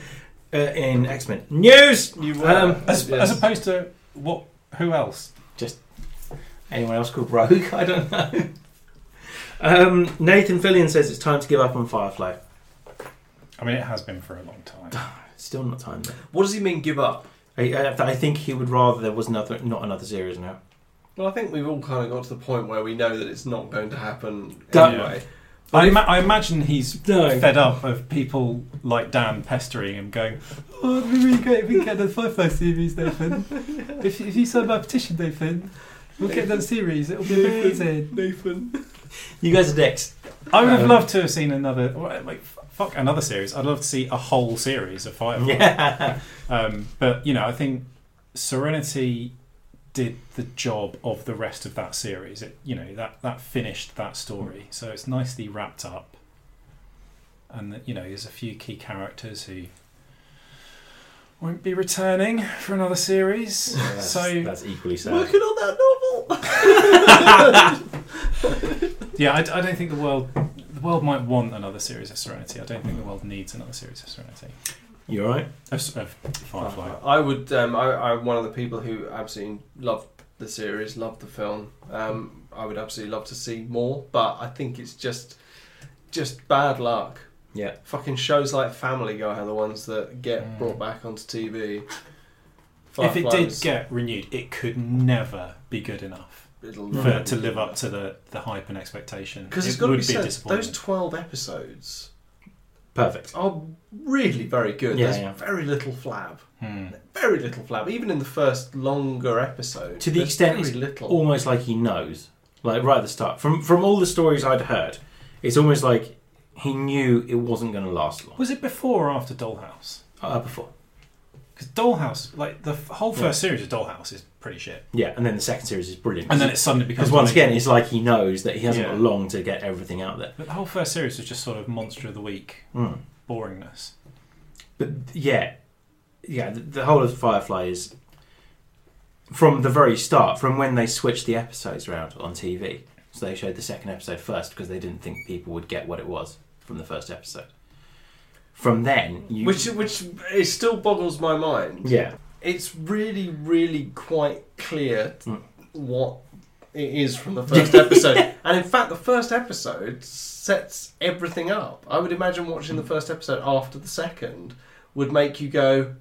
Speaker 1: uh, in X Men news.
Speaker 2: You
Speaker 1: Um,
Speaker 3: As,
Speaker 2: yes.
Speaker 3: as opposed to what? Who else?
Speaker 1: Anyone else called Rogue? (laughs) I don't know. Um, Nathan Fillion says it's time to give up on Firefly.
Speaker 3: I mean, it has been for a long time.
Speaker 1: Still not time though.
Speaker 2: what does he mean? Give up?
Speaker 1: I, I, I think he would rather there was another, not another series now.
Speaker 2: Well, I think we've all kind of got to the point where we know that it's not going to happen
Speaker 1: Don't-
Speaker 2: anyway. But
Speaker 3: I,
Speaker 2: if-
Speaker 3: ima- I imagine he's
Speaker 1: No.
Speaker 3: fed up of people like Dan pestering him, going, "Oh, it'd be really great if we get the Firefly series, Nathan. if, if you sign my petition, Nathan, we'll get that series. It'll be amazing."
Speaker 2: Nathan.
Speaker 1: You guys are dicks. (laughs)
Speaker 3: I would have
Speaker 1: Um,
Speaker 3: loved to have seen another, like, f- fuck another series. I'd love to see a whole series of Firefly.
Speaker 1: Yeah.
Speaker 3: Um, but you know, I think Serenity did the job of the rest of that series. It, you know, that that finished that story, so it's nicely wrapped up. And that, you know, there's a few key characters who won't be returning for another series.
Speaker 1: That's,
Speaker 3: so
Speaker 1: that's equally sad.
Speaker 2: Working on that novel.
Speaker 3: yeah, I, d- I don't think the world the world might want another series of Serenity. I don't think the world needs another series of Serenity.
Speaker 1: You all right?
Speaker 3: Of, S- of Firefly.
Speaker 2: I would. Um, I, I'm one of the people who absolutely loved the series, loved the film. Um, I would absolutely love to see more, but I think it's just, just bad luck.
Speaker 1: Yeah.
Speaker 2: Fucking shows like Family Guy are the ones that get
Speaker 3: Mm.
Speaker 2: brought back onto TV.
Speaker 3: If it
Speaker 2: Firefly
Speaker 3: did
Speaker 2: was-
Speaker 3: get renewed, it could never be good enough.
Speaker 2: it'll
Speaker 3: for, to live up to the, the hype and expectation.
Speaker 2: because
Speaker 3: it
Speaker 2: it's got to
Speaker 3: would
Speaker 2: be,
Speaker 3: a
Speaker 2: said,
Speaker 3: disappointment.
Speaker 2: those twelve episodes
Speaker 1: Perfect.
Speaker 2: are really very good.
Speaker 1: Yeah,
Speaker 2: There's
Speaker 1: yeah.
Speaker 2: very little flab,
Speaker 3: Hmm.
Speaker 2: very little flab. Even in the first longer episode,
Speaker 1: To the
Speaker 2: there's
Speaker 1: extent
Speaker 2: very
Speaker 1: it's
Speaker 2: little.
Speaker 1: almost like he knows, like right at the start. From from all the stories I'd heard, it's almost like he knew it wasn't going to last long.
Speaker 3: Was it before or after Dollhouse?
Speaker 1: Uh, before,
Speaker 3: Because Dollhouse, like the f- whole
Speaker 1: Yeah.
Speaker 3: first series of Dollhouse, is pretty shit.
Speaker 1: yeah, and then the second series is brilliant.
Speaker 3: And then it suddenly becomes
Speaker 1: because once
Speaker 3: amazing.
Speaker 1: again, it's like he knows that he hasn't
Speaker 2: Yeah.
Speaker 1: got long to get everything out there.
Speaker 3: But the whole first series was just sort of monster of the week
Speaker 1: Mm.
Speaker 3: boringness.
Speaker 1: But yeah, yeah, the, the whole of Firefly is from the very start, from when they switched the episodes around on TV. So they showed the second episode first because they didn't think people would get what it was from the first episode. From then, you,
Speaker 2: Which which it still boggles my mind.
Speaker 1: yeah,
Speaker 2: It's really really quite clear t-
Speaker 1: Mm.
Speaker 2: what it is from
Speaker 1: (laughs)
Speaker 2: the first episode. And in fact, the first episode sets everything up. I would imagine watching
Speaker 1: Hmm.
Speaker 2: the first episode after the second would make you go,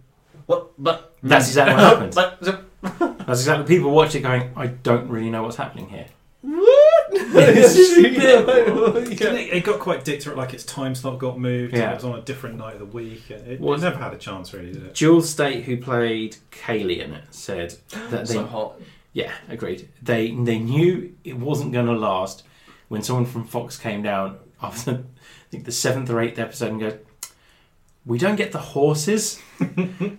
Speaker 2: "What? But
Speaker 1: that's exactly what happened. (laughs)
Speaker 2: but the-
Speaker 1: That's exactly people watch it going, I don't really know what's happening here. (laughs)
Speaker 2: what?" (laughs)
Speaker 1: It's
Speaker 2: oh
Speaker 1: stupid.
Speaker 2: Yeah.
Speaker 3: It, it got quite dictatorate, like its time slot got moved, and
Speaker 1: Yeah.
Speaker 3: it was on a different night of the week. and It,
Speaker 1: Was-
Speaker 3: it never had a chance, really, did it?
Speaker 1: Jewel State, who played Kaylee in it, said that they
Speaker 2: So hot.
Speaker 1: Yeah, agreed. They they knew it wasn't going to last when someone from Fox came down after I think the seventh or eighth episode and goes, "We don't get the horses."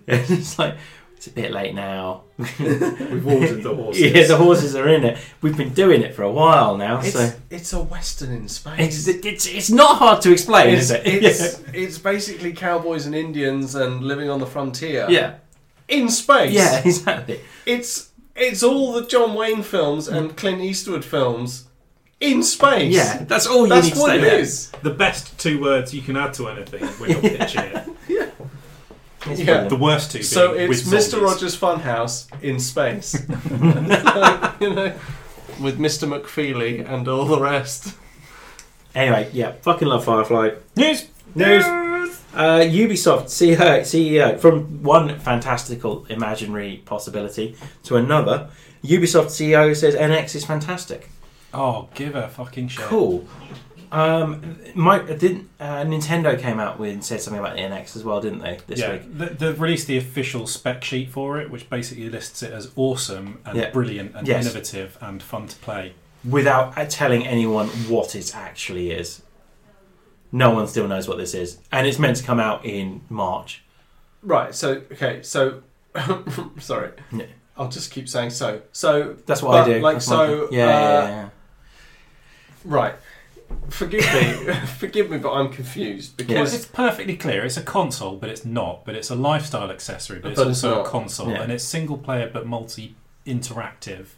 Speaker 1: it's like it's a bit late now.
Speaker 3: We've ordered the horses.
Speaker 1: (laughs) Yeah, the horses are in it. We've been doing it for a while now, so
Speaker 2: It's, it's a western in space.
Speaker 1: it's, it's it's not hard to explain,
Speaker 2: it's,
Speaker 1: is (laughs) it?
Speaker 2: it's, it's basically cowboys and Indians and living on the frontier.
Speaker 1: yeah,
Speaker 2: In space.
Speaker 1: yeah, (laughs) exactly.
Speaker 2: It's it's all the John Wayne films and Clint Eastwood films in space.
Speaker 1: Yeah, that's all you
Speaker 2: That's
Speaker 1: need to
Speaker 2: what
Speaker 1: say.
Speaker 2: it
Speaker 1: there.
Speaker 2: is.
Speaker 3: The best two words you can add to anything
Speaker 1: (laughs)
Speaker 3: when you're pitching it.
Speaker 1: It's
Speaker 2: Yeah.
Speaker 1: brilliant.
Speaker 3: The worst two.
Speaker 2: So
Speaker 3: being
Speaker 2: it's
Speaker 3: with
Speaker 2: Mr.
Speaker 3: zombies.
Speaker 2: Rogers' Funhouse in
Speaker 1: (laughs)
Speaker 2: space. (laughs) you know, with Mr. McFeely and all the rest.
Speaker 1: Anyway, yeah, fucking love Firefly.
Speaker 3: News.
Speaker 1: News. Uh, Ubisoft CEO, CEO E from one fantastical imaginary possibility to another. Ubisoft CEO says NX is fantastic.
Speaker 3: Oh, give a fucking shit.
Speaker 1: Cool. Um, my, didn't uh, Nintendo came out with and said something about the NX as well, didn't they? This
Speaker 3: yeah,
Speaker 1: week.
Speaker 3: th- they've released the official spec sheet for it, which basically lists it as awesome and
Speaker 1: Yeah.
Speaker 3: brilliant and
Speaker 1: Yes.
Speaker 3: innovative and fun to play.
Speaker 1: without uh, telling anyone what it actually is. No one still knows what this is, and it's meant to come out in March.
Speaker 2: Right, so, okay, so. (laughs) sorry.
Speaker 1: No.
Speaker 2: I'll just keep saying so. So,
Speaker 1: That's what
Speaker 2: But,
Speaker 1: I do.
Speaker 2: like,
Speaker 1: That's my-
Speaker 2: so,
Speaker 1: yeah,
Speaker 2: uh,
Speaker 1: yeah, yeah,
Speaker 2: right. Forgive
Speaker 1: (laughs)
Speaker 2: me, forgive me, but I'm confused
Speaker 3: Well,
Speaker 2: because
Speaker 3: it's perfectly clear. It's a console, but it's not. But it's a lifestyle accessory, but it's
Speaker 2: But it's
Speaker 3: also
Speaker 2: not.
Speaker 3: a console,
Speaker 1: Yeah.
Speaker 3: and it's single player but multi interactive,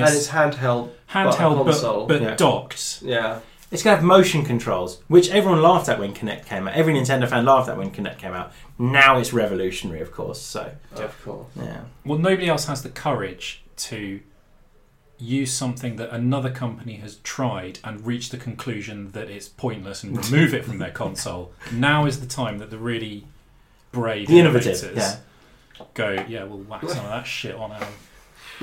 Speaker 2: and
Speaker 3: it's,
Speaker 2: it's handheld.
Speaker 3: handheld
Speaker 2: console.
Speaker 3: but, but
Speaker 1: Yeah.
Speaker 3: docked.
Speaker 2: Yeah,
Speaker 1: It's going to have motion controls, which everyone laughed at when Kinect came out. Every Nintendo fan laughed at when Kinect came out. Now it's revolutionary, of course. So
Speaker 2: of course.
Speaker 1: yeah,
Speaker 3: Well, nobody else has the courage to use something that another company has tried and reach the conclusion that it's pointless and remove it
Speaker 2: (laughs)
Speaker 3: from their console. Now is the time that the really brave
Speaker 1: the innovative.
Speaker 3: innovators
Speaker 1: Yeah,
Speaker 3: go, yeah, we'll whack some of that shit on our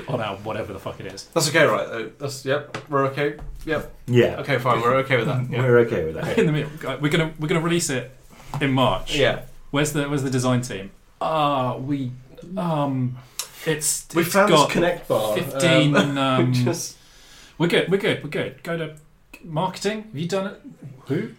Speaker 3: on our whatever the fuck it is.
Speaker 2: That's okay, right? Though. That's yep. We're okay. Yep.
Speaker 1: yeah,
Speaker 2: Okay, fine. We're okay with
Speaker 3: (laughs)
Speaker 2: that. Yeah.
Speaker 1: we're okay with that.
Speaker 3: in the middle. Guy- We're gonna we're gonna release it in March.
Speaker 2: yeah.
Speaker 3: Where's the where's the design team? Ah, we um, it's
Speaker 2: We
Speaker 3: it's
Speaker 2: found
Speaker 3: got
Speaker 2: this connect bar. (laughs)
Speaker 3: fifteen.
Speaker 2: Um,
Speaker 3: Um,
Speaker 2: just
Speaker 3: We're good. We're good. We're good. Go to marketing. Have you done it? Who?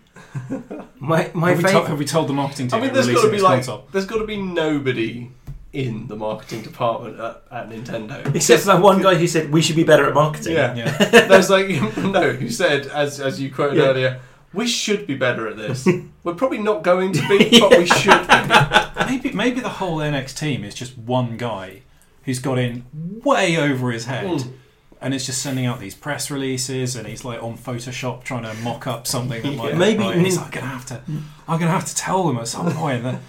Speaker 1: My my
Speaker 3: have, we told,
Speaker 1: favorite.
Speaker 3: have we told the marketing team?
Speaker 2: I mean,
Speaker 3: we're
Speaker 2: there's got to
Speaker 3: releasing
Speaker 2: be
Speaker 3: this
Speaker 2: like,
Speaker 3: console?
Speaker 2: there's got to be nobody in the marketing department at, at (laughs) Nintendo.
Speaker 1: Except for that one guy who said we should be better at marketing.
Speaker 2: (laughs) Yeah.
Speaker 3: Yeah.
Speaker 2: there's like no. Who said as as you quoted
Speaker 1: Yeah.
Speaker 2: earlier? We should be better at (laughs) this. We're probably not going to (laughs) be, but we should. Be.
Speaker 3: maybe maybe the whole NX team is just one guy who's got in way over his head.
Speaker 2: Mm.
Speaker 3: And it's just sending out these press releases, and he's like on Photoshop trying to mock up something. That might
Speaker 1: Yeah. Maybe-
Speaker 3: right, he's like, I'm gonna have to, I'm gonna have to tell them at some
Speaker 2: (laughs)
Speaker 3: point that,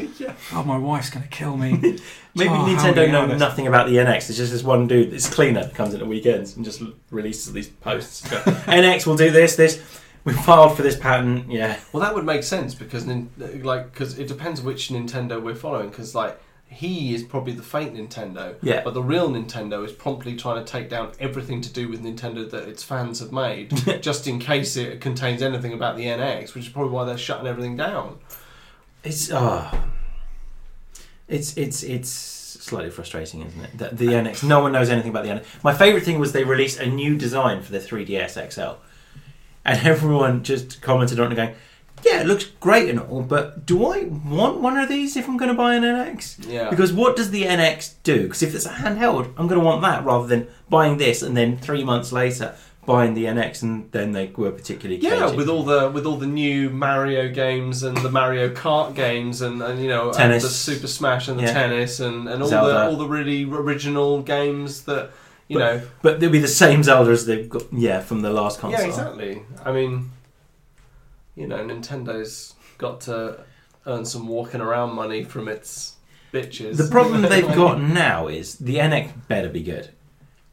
Speaker 3: God, my wife's gonna kill me.
Speaker 1: Maybe
Speaker 3: Oh, how are we
Speaker 1: Nintendo
Speaker 3: gonna
Speaker 1: know
Speaker 3: have this?
Speaker 1: nothing about the NX. There's just this one dude, this cleaner, that comes in at weekends and just l- releases these posts. Go, NX will do this, this. We filed for this patent. Yeah,
Speaker 2: Well, that would make sense because, nin- like, because it depends which Nintendo we're following. Because, like, he is probably the fake Nintendo,
Speaker 1: Yeah.
Speaker 2: But the real Nintendo is promptly trying to take down everything to do with Nintendo that its fans have made,
Speaker 1: (laughs)
Speaker 2: just in case it contains anything about the NX, which is probably why they're shutting everything down.
Speaker 1: it's ah, it's it's it's slightly frustrating, isn't it? That the NX, no one knows anything about the NX. My favorite thing was they released a (laughs) new design for the 3DS XL, and everyone just commented on it, going, yeah, it looks great and all, but do I want one of these if I'm going to buy an NX?
Speaker 2: Yeah.
Speaker 1: Because what does the NX do? Because if it's a handheld, I'm going to want that rather than buying this and then three months later buying the NX and then they were particularly
Speaker 2: yeah,
Speaker 1: cagey.
Speaker 2: with all the with all the new Mario games and the Mario Kart games and, and you know and
Speaker 1: Tennis.
Speaker 2: the Super Smash and the
Speaker 1: Yeah.
Speaker 2: tennis and, and all
Speaker 1: Zelda.
Speaker 2: the all the really original games that you
Speaker 1: But-
Speaker 2: know
Speaker 1: but they'll be the same Zelda as they've got. Yeah, from the last console.
Speaker 2: Yeah, exactly. I mean, you know, Nintendo's got to earn some walking around money from its bitches.
Speaker 1: The
Speaker 2: (laughs)
Speaker 3: (laughs)
Speaker 1: problem they've got now is the NX better be good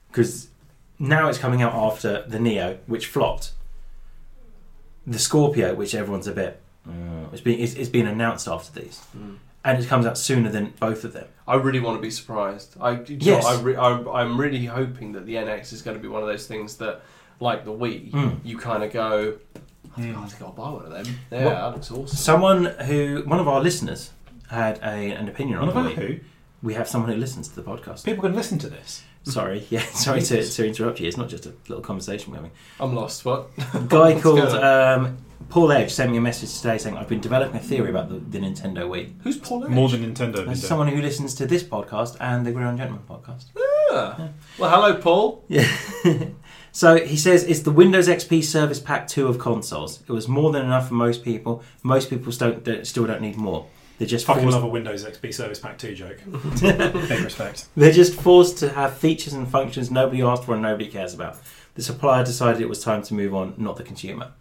Speaker 1: because now it's coming out after the Neo, which flopped. The Scorpio, which everyone's a bit, uh, it's been it's, it's been announced after these,
Speaker 2: Mm.
Speaker 1: and it comes out sooner than both of them.
Speaker 2: I really want to be surprised. I, do you
Speaker 1: Yes.
Speaker 2: know, I, re- I I'm really hoping that the NX is going to be one of those things that, like the Wii,
Speaker 1: Mm.
Speaker 2: you kind of go, I think
Speaker 3: Mm.
Speaker 2: I've got to buy one of them. Yeah,
Speaker 1: What-
Speaker 2: that looks awesome.
Speaker 1: Someone who, one of our listeners, had a, an opinion on
Speaker 3: One
Speaker 1: the
Speaker 3: of our
Speaker 1: Wii.
Speaker 3: who?
Speaker 1: We have someone who listens to the podcast.
Speaker 3: People can listen to this.
Speaker 1: Sorry, (laughs) yeah, sorry to, to interrupt you. It's not just a little conversation we're having.
Speaker 3: (laughs)
Speaker 2: I'm lost. What?
Speaker 1: guy
Speaker 2: What's
Speaker 1: called
Speaker 2: going on?
Speaker 1: um, Paul Edge sent me a message today saying I've been developing a theory about the, the Nintendo Wii.
Speaker 2: Who's Paul? Edge?
Speaker 3: More than Nintendo.
Speaker 1: That's
Speaker 3: Nintendo.
Speaker 1: someone who listens to this podcast and the Ground Gentleman podcast.
Speaker 2: Ah. Well, hello, Paul.
Speaker 1: Yeah. so he says it's the Windows XP Service Pack 2 of consoles. It was more than enough for most people. Most people still don't, still don't need more. They're just
Speaker 3: Fucking
Speaker 1: forced,
Speaker 3: love a Windows XP Service Pack
Speaker 2: (laughs)
Speaker 3: 2 joke. Big respect.
Speaker 1: they're just forced to have features and functions nobody asked for and nobody cares about. The supplier decided it was time to move on, not the consumer.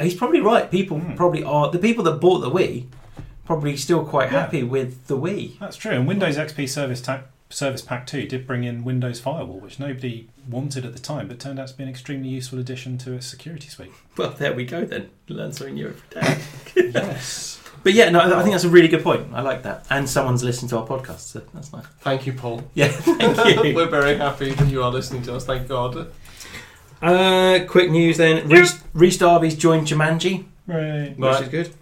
Speaker 1: He's probably right. People
Speaker 3: Hmm.
Speaker 1: probably are the people that bought the Wii probably still quite
Speaker 3: Yeah.
Speaker 1: happy with the Wii.
Speaker 3: That's true. And Windows XP Service, Ta- Service Pack 2 did bring in Windows Firewall, which nobody wanted at the time, but turned out to be an extremely useful addition to its security suite.
Speaker 1: Well, there we go then. Learn something new every (laughs) day.
Speaker 2: yes.
Speaker 1: But yeah, no, I I think that's a really good point. I like that. And someone's listening to our podcast, so that's nice. (laughs)
Speaker 2: Thank you, Paul.
Speaker 1: Yeah, thank (laughs) you.
Speaker 2: (laughs) We're very happy that you are listening to us. Thank God.
Speaker 1: uh, quick news then. Reese, Reese Darby's joined Jumanji,
Speaker 3: Right.
Speaker 2: Right.
Speaker 1: which is good.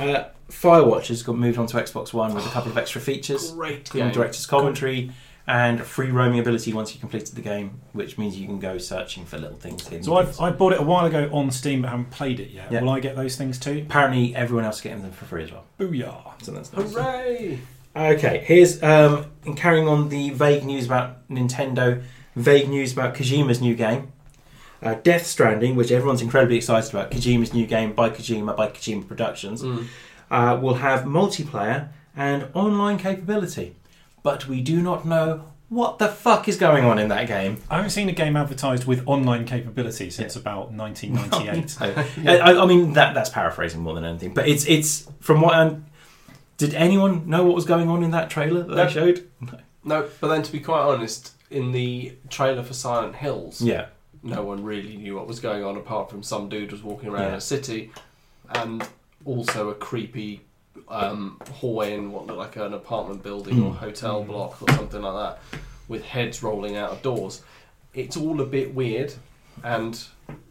Speaker 1: Uh, Firewatch has got moved onto Xbox One with a couple of extra features,
Speaker 2: Great
Speaker 1: including
Speaker 2: game.
Speaker 1: director's commentary and free roaming ability once you completed the game, which means you can go searching for little things. hidden
Speaker 3: So I,
Speaker 1: things.
Speaker 3: I bought it a while ago on Steam, but haven't played it yet.
Speaker 1: Yeah.
Speaker 3: Will I get those things too?
Speaker 1: Apparently, everyone else is getting them for free as well.
Speaker 3: Booyah.
Speaker 1: So that's nice.
Speaker 2: Hooray!
Speaker 1: Okay, here's um, and carrying on the vague news about Nintendo, vague news about Kojima's new game, uh, Death Stranding, which everyone's incredibly excited about. Kojima's new game by Kojima by Kojima Productions uh, will have multiplayer and online capability, but we do not know what the fuck is going on in that game.
Speaker 3: I haven't seen a game advertised with online capability
Speaker 1: (laughs)
Speaker 3: since about 1998.
Speaker 1: So, (laughs) I, I mean that that's paraphrasing more than anything, but it's it's from what I'm. Did anyone know what was going on in that trailer that
Speaker 2: No.
Speaker 1: they showed?
Speaker 2: No, but then to be quite honest, in the trailer for Silent Hills,
Speaker 1: Yeah.
Speaker 2: no one really knew what was going on apart from some dude was walking around
Speaker 1: Yeah.
Speaker 2: a city and also a creepy um, hallway in what looked like an apartment building
Speaker 1: Mm.
Speaker 2: or hotel block or something like that with heads rolling out of doors. It's all a bit weird and,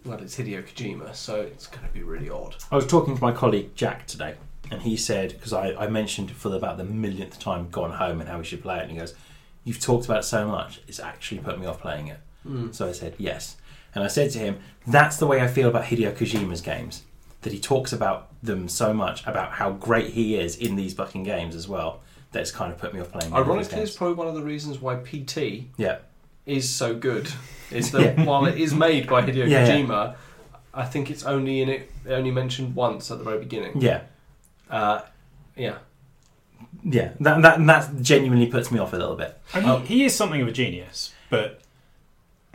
Speaker 2: well, it's Hideo Kojima, so it's going to be really odd.
Speaker 1: I was talking to my colleague Jack today, and he said because I, I mentioned for the, about the millionth time Gone Home and how we should play it, and he goes, "You've talked about it so much, it's actually put me off playing it." So I said yes, and I said to him, "That's the way I feel about Hideo Kojima's games. That he talks about them so much about how great he is in these fucking games as well. That it's kind of put me off playing." all of his
Speaker 2: Ironically, it's
Speaker 1: games.
Speaker 2: probably one of the reasons why PT
Speaker 1: yeah,
Speaker 2: is so good
Speaker 1: (laughs)
Speaker 2: is that while it is made by Hideo
Speaker 1: Yeah, yeah.
Speaker 2: Kojima, I think it's only in it only mentioned once at the very beginning.
Speaker 1: yeah,
Speaker 2: Uh, yeah,
Speaker 1: yeah. That that that genuinely puts me off a little bit.
Speaker 3: And
Speaker 1: Oh.
Speaker 3: he, he is something of a genius, but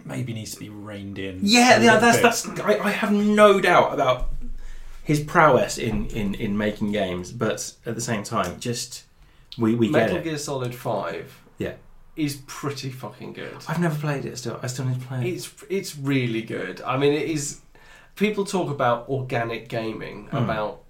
Speaker 3: maybe needs to be reined in.
Speaker 1: Yeah,
Speaker 3: a
Speaker 1: yeah,
Speaker 3: little
Speaker 1: that's
Speaker 3: bit.
Speaker 1: that's. I, I have no doubt about his prowess in in in making games, but at the same time, just we we
Speaker 2: Metal
Speaker 1: get it.
Speaker 2: Gear Solid Five.
Speaker 1: Yeah.
Speaker 2: is pretty fucking good.
Speaker 1: I've never played it. Still, I still need to play it.
Speaker 2: It's it's really good. I mean, it is. People talk about organic gaming
Speaker 1: Mm.
Speaker 2: about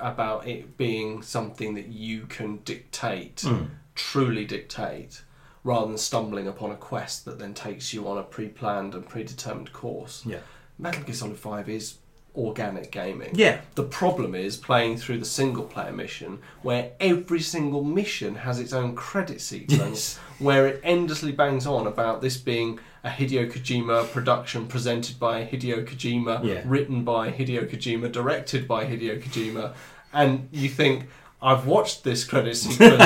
Speaker 2: about it being something that you can dictate,
Speaker 1: Mm.
Speaker 2: truly dictate, rather than stumbling upon a quest that then takes you on a pre-planned and predetermined course.
Speaker 1: Yeah.
Speaker 2: Metal Gear Solid Five is organic gaming.
Speaker 1: Yeah.
Speaker 2: The problem is playing through the single player mission where every single mission has its own credit sequence where it endlessly bangs on about this being a Hideo Kojima production presented by Hideo Kojima,
Speaker 1: Yeah.
Speaker 2: written by Hideo Kojima, directed by Hideo Kojima, and you think I've watched this
Speaker 1: (laughs)
Speaker 2: credit sequence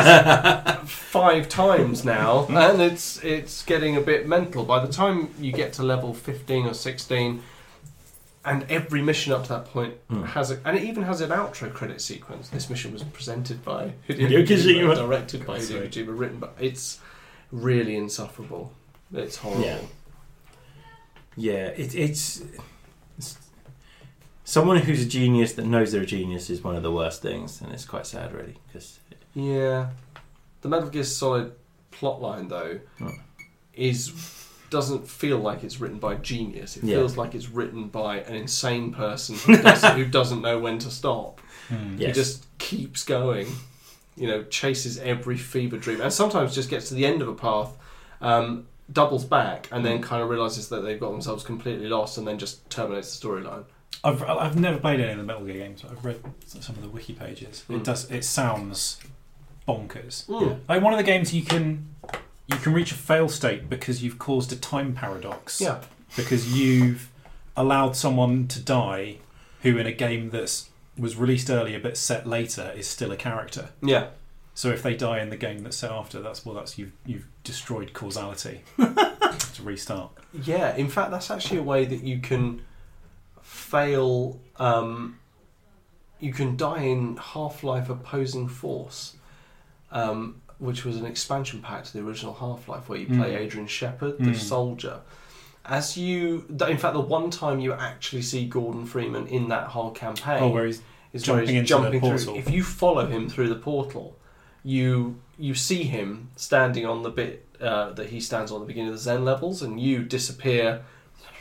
Speaker 2: five times now, and it's it's getting a bit mental. By the time you get to level fifteen or sixteen, and every mission up to that point
Speaker 1: Hmm.
Speaker 2: has a, and it even has an outro credit sequence. This mission was presented by
Speaker 1: Hideo Kojima.
Speaker 2: Hideo Kojima, directed by
Speaker 1: God's
Speaker 2: Hideo
Speaker 1: sake.
Speaker 2: Kojima, written by. It's really insufferable. It's horrible.
Speaker 1: Yeah. Yeah, it, it's, it's someone who's a genius that knows they're a genius is one of the worst things, and it's quite sad, really. Because
Speaker 2: Yeah. The Metal Gear Solid plotline though
Speaker 1: Mm.
Speaker 2: is doesn't feel like it's written by a genius. It
Speaker 1: Yeah.
Speaker 2: feels like it's written by an insane person who
Speaker 1: (laughs)
Speaker 2: doesn't, who doesn't know when to stop.
Speaker 3: Hmm.
Speaker 1: Yes.
Speaker 2: He just keeps going. You know, chases every fever dream, and sometimes just gets to the end of a path, um, doubles back, and
Speaker 1: Mm.
Speaker 2: then kind of realizes that they've got themselves completely lost, and then just terminates the storyline.
Speaker 3: I've, I've never played any of the Metal Gear games, but I've read some of the wiki pages.
Speaker 2: Hmm.
Speaker 3: It does. It sounds bonkers.
Speaker 2: Mm.
Speaker 3: Like one of the games, you can you can reach a fail state because you've caused a time paradox.
Speaker 2: Yeah.
Speaker 3: Because you've allowed someone to die, who in a game that's was released earlier but set later is still a character.
Speaker 2: Yeah,
Speaker 3: So if they die in the game that's set after, that's well, that's you've you've destroyed
Speaker 2: (laughs)
Speaker 3: causality. to restart.
Speaker 2: yeah. In fact, that's actually a way that you can fail. Um, you can die in Half Life Opposing Force, um, which was an expansion pack to the original Half Life, where you play
Speaker 3: Mm.
Speaker 2: Adrian Shepherd, the
Speaker 3: Mm.
Speaker 2: soldier. As you, th- in fact, the one time you actually see Gordon Freeman in that whole campaign
Speaker 3: Oh, where he's
Speaker 2: is where
Speaker 3: Jumping
Speaker 2: he's
Speaker 3: into
Speaker 2: jumping
Speaker 3: the
Speaker 2: through.
Speaker 3: portal. Mm-hmm.
Speaker 2: If you follow him through the portal, you you see him standing on the bit uh, that he stands on at the beginning of the Zen levels, and you disappear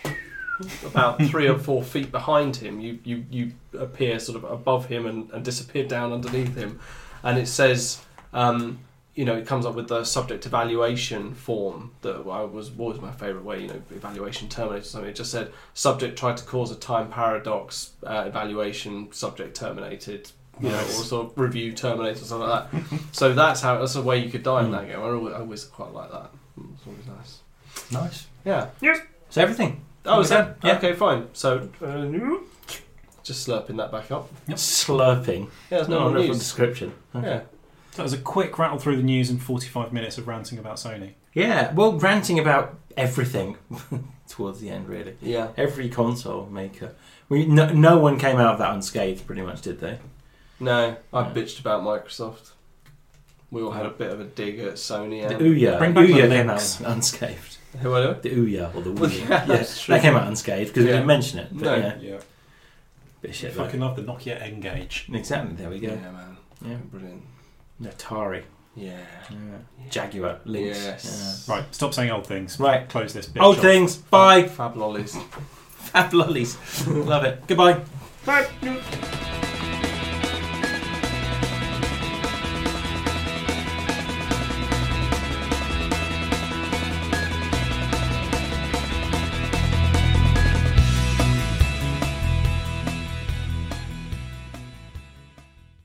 Speaker 3: (laughs)
Speaker 2: about three or four feet behind him. You you you appear sort of above him and, and disappear down underneath him, and it says. Um, you know, it comes up with the subject evaluation form that I was always my favourite way. You know, evaluation terminated or something. It just said subject tried to cause a time paradox uh, evaluation subject terminated you know,
Speaker 3: Nice.
Speaker 2: or sort of review terminated or something like that so that's how that's a way you could die in
Speaker 1: Mm.
Speaker 2: that game I always, I always quite like that it's always nice
Speaker 1: nice.
Speaker 2: yeah
Speaker 1: So everything.
Speaker 2: oh is
Speaker 1: Okay,
Speaker 2: that
Speaker 1: yeah.
Speaker 2: okay fine so uh, just slurping that back up
Speaker 3: Yep.
Speaker 1: Slurping.
Speaker 2: yeah there's
Speaker 1: Oh,
Speaker 2: no
Speaker 1: wonderful
Speaker 2: news
Speaker 1: description. Okay.
Speaker 2: yeah
Speaker 3: That was a quick rattle through the news and 45 minutes of ranting about Sony.
Speaker 1: Yeah, well, ranting about everything (laughs) towards the end, really.
Speaker 2: yeah
Speaker 1: Every console maker. We no, no one came out of that unscathed, pretty much, did they?
Speaker 2: no I
Speaker 1: Yeah.
Speaker 2: bitched about Microsoft we all had a bit of a dig at Sony
Speaker 1: The
Speaker 2: and
Speaker 1: Ouya,
Speaker 3: Bring back the
Speaker 1: Ouya came out
Speaker 3: links.
Speaker 1: unscathed.
Speaker 2: who are
Speaker 1: The Ouya or the
Speaker 2: Well,
Speaker 1: Ouya.
Speaker 2: (laughs) yeah,
Speaker 1: yeah,
Speaker 2: that's true.
Speaker 1: that came out unscathed because we
Speaker 2: Yeah.
Speaker 1: didn't mention it. But
Speaker 2: No.
Speaker 1: yeah,
Speaker 3: Yeah.
Speaker 1: bit of shit.
Speaker 3: fucking love the Nokia N-Gage.
Speaker 1: though. Exactly. There we
Speaker 2: yeah
Speaker 1: go.
Speaker 2: man
Speaker 1: Yeah.
Speaker 2: brilliant
Speaker 1: Atari.
Speaker 2: yeah
Speaker 1: Yeah. Jaguar. Links.
Speaker 2: Yes.
Speaker 3: Right, stop saying old things.
Speaker 1: Yeah. Right.
Speaker 3: Close this bitch
Speaker 1: Old
Speaker 3: off.
Speaker 1: things. Bye. (laughs)
Speaker 2: Fab Lollies
Speaker 1: Fab lollies. Love it. Goodbye.
Speaker 2: Bye.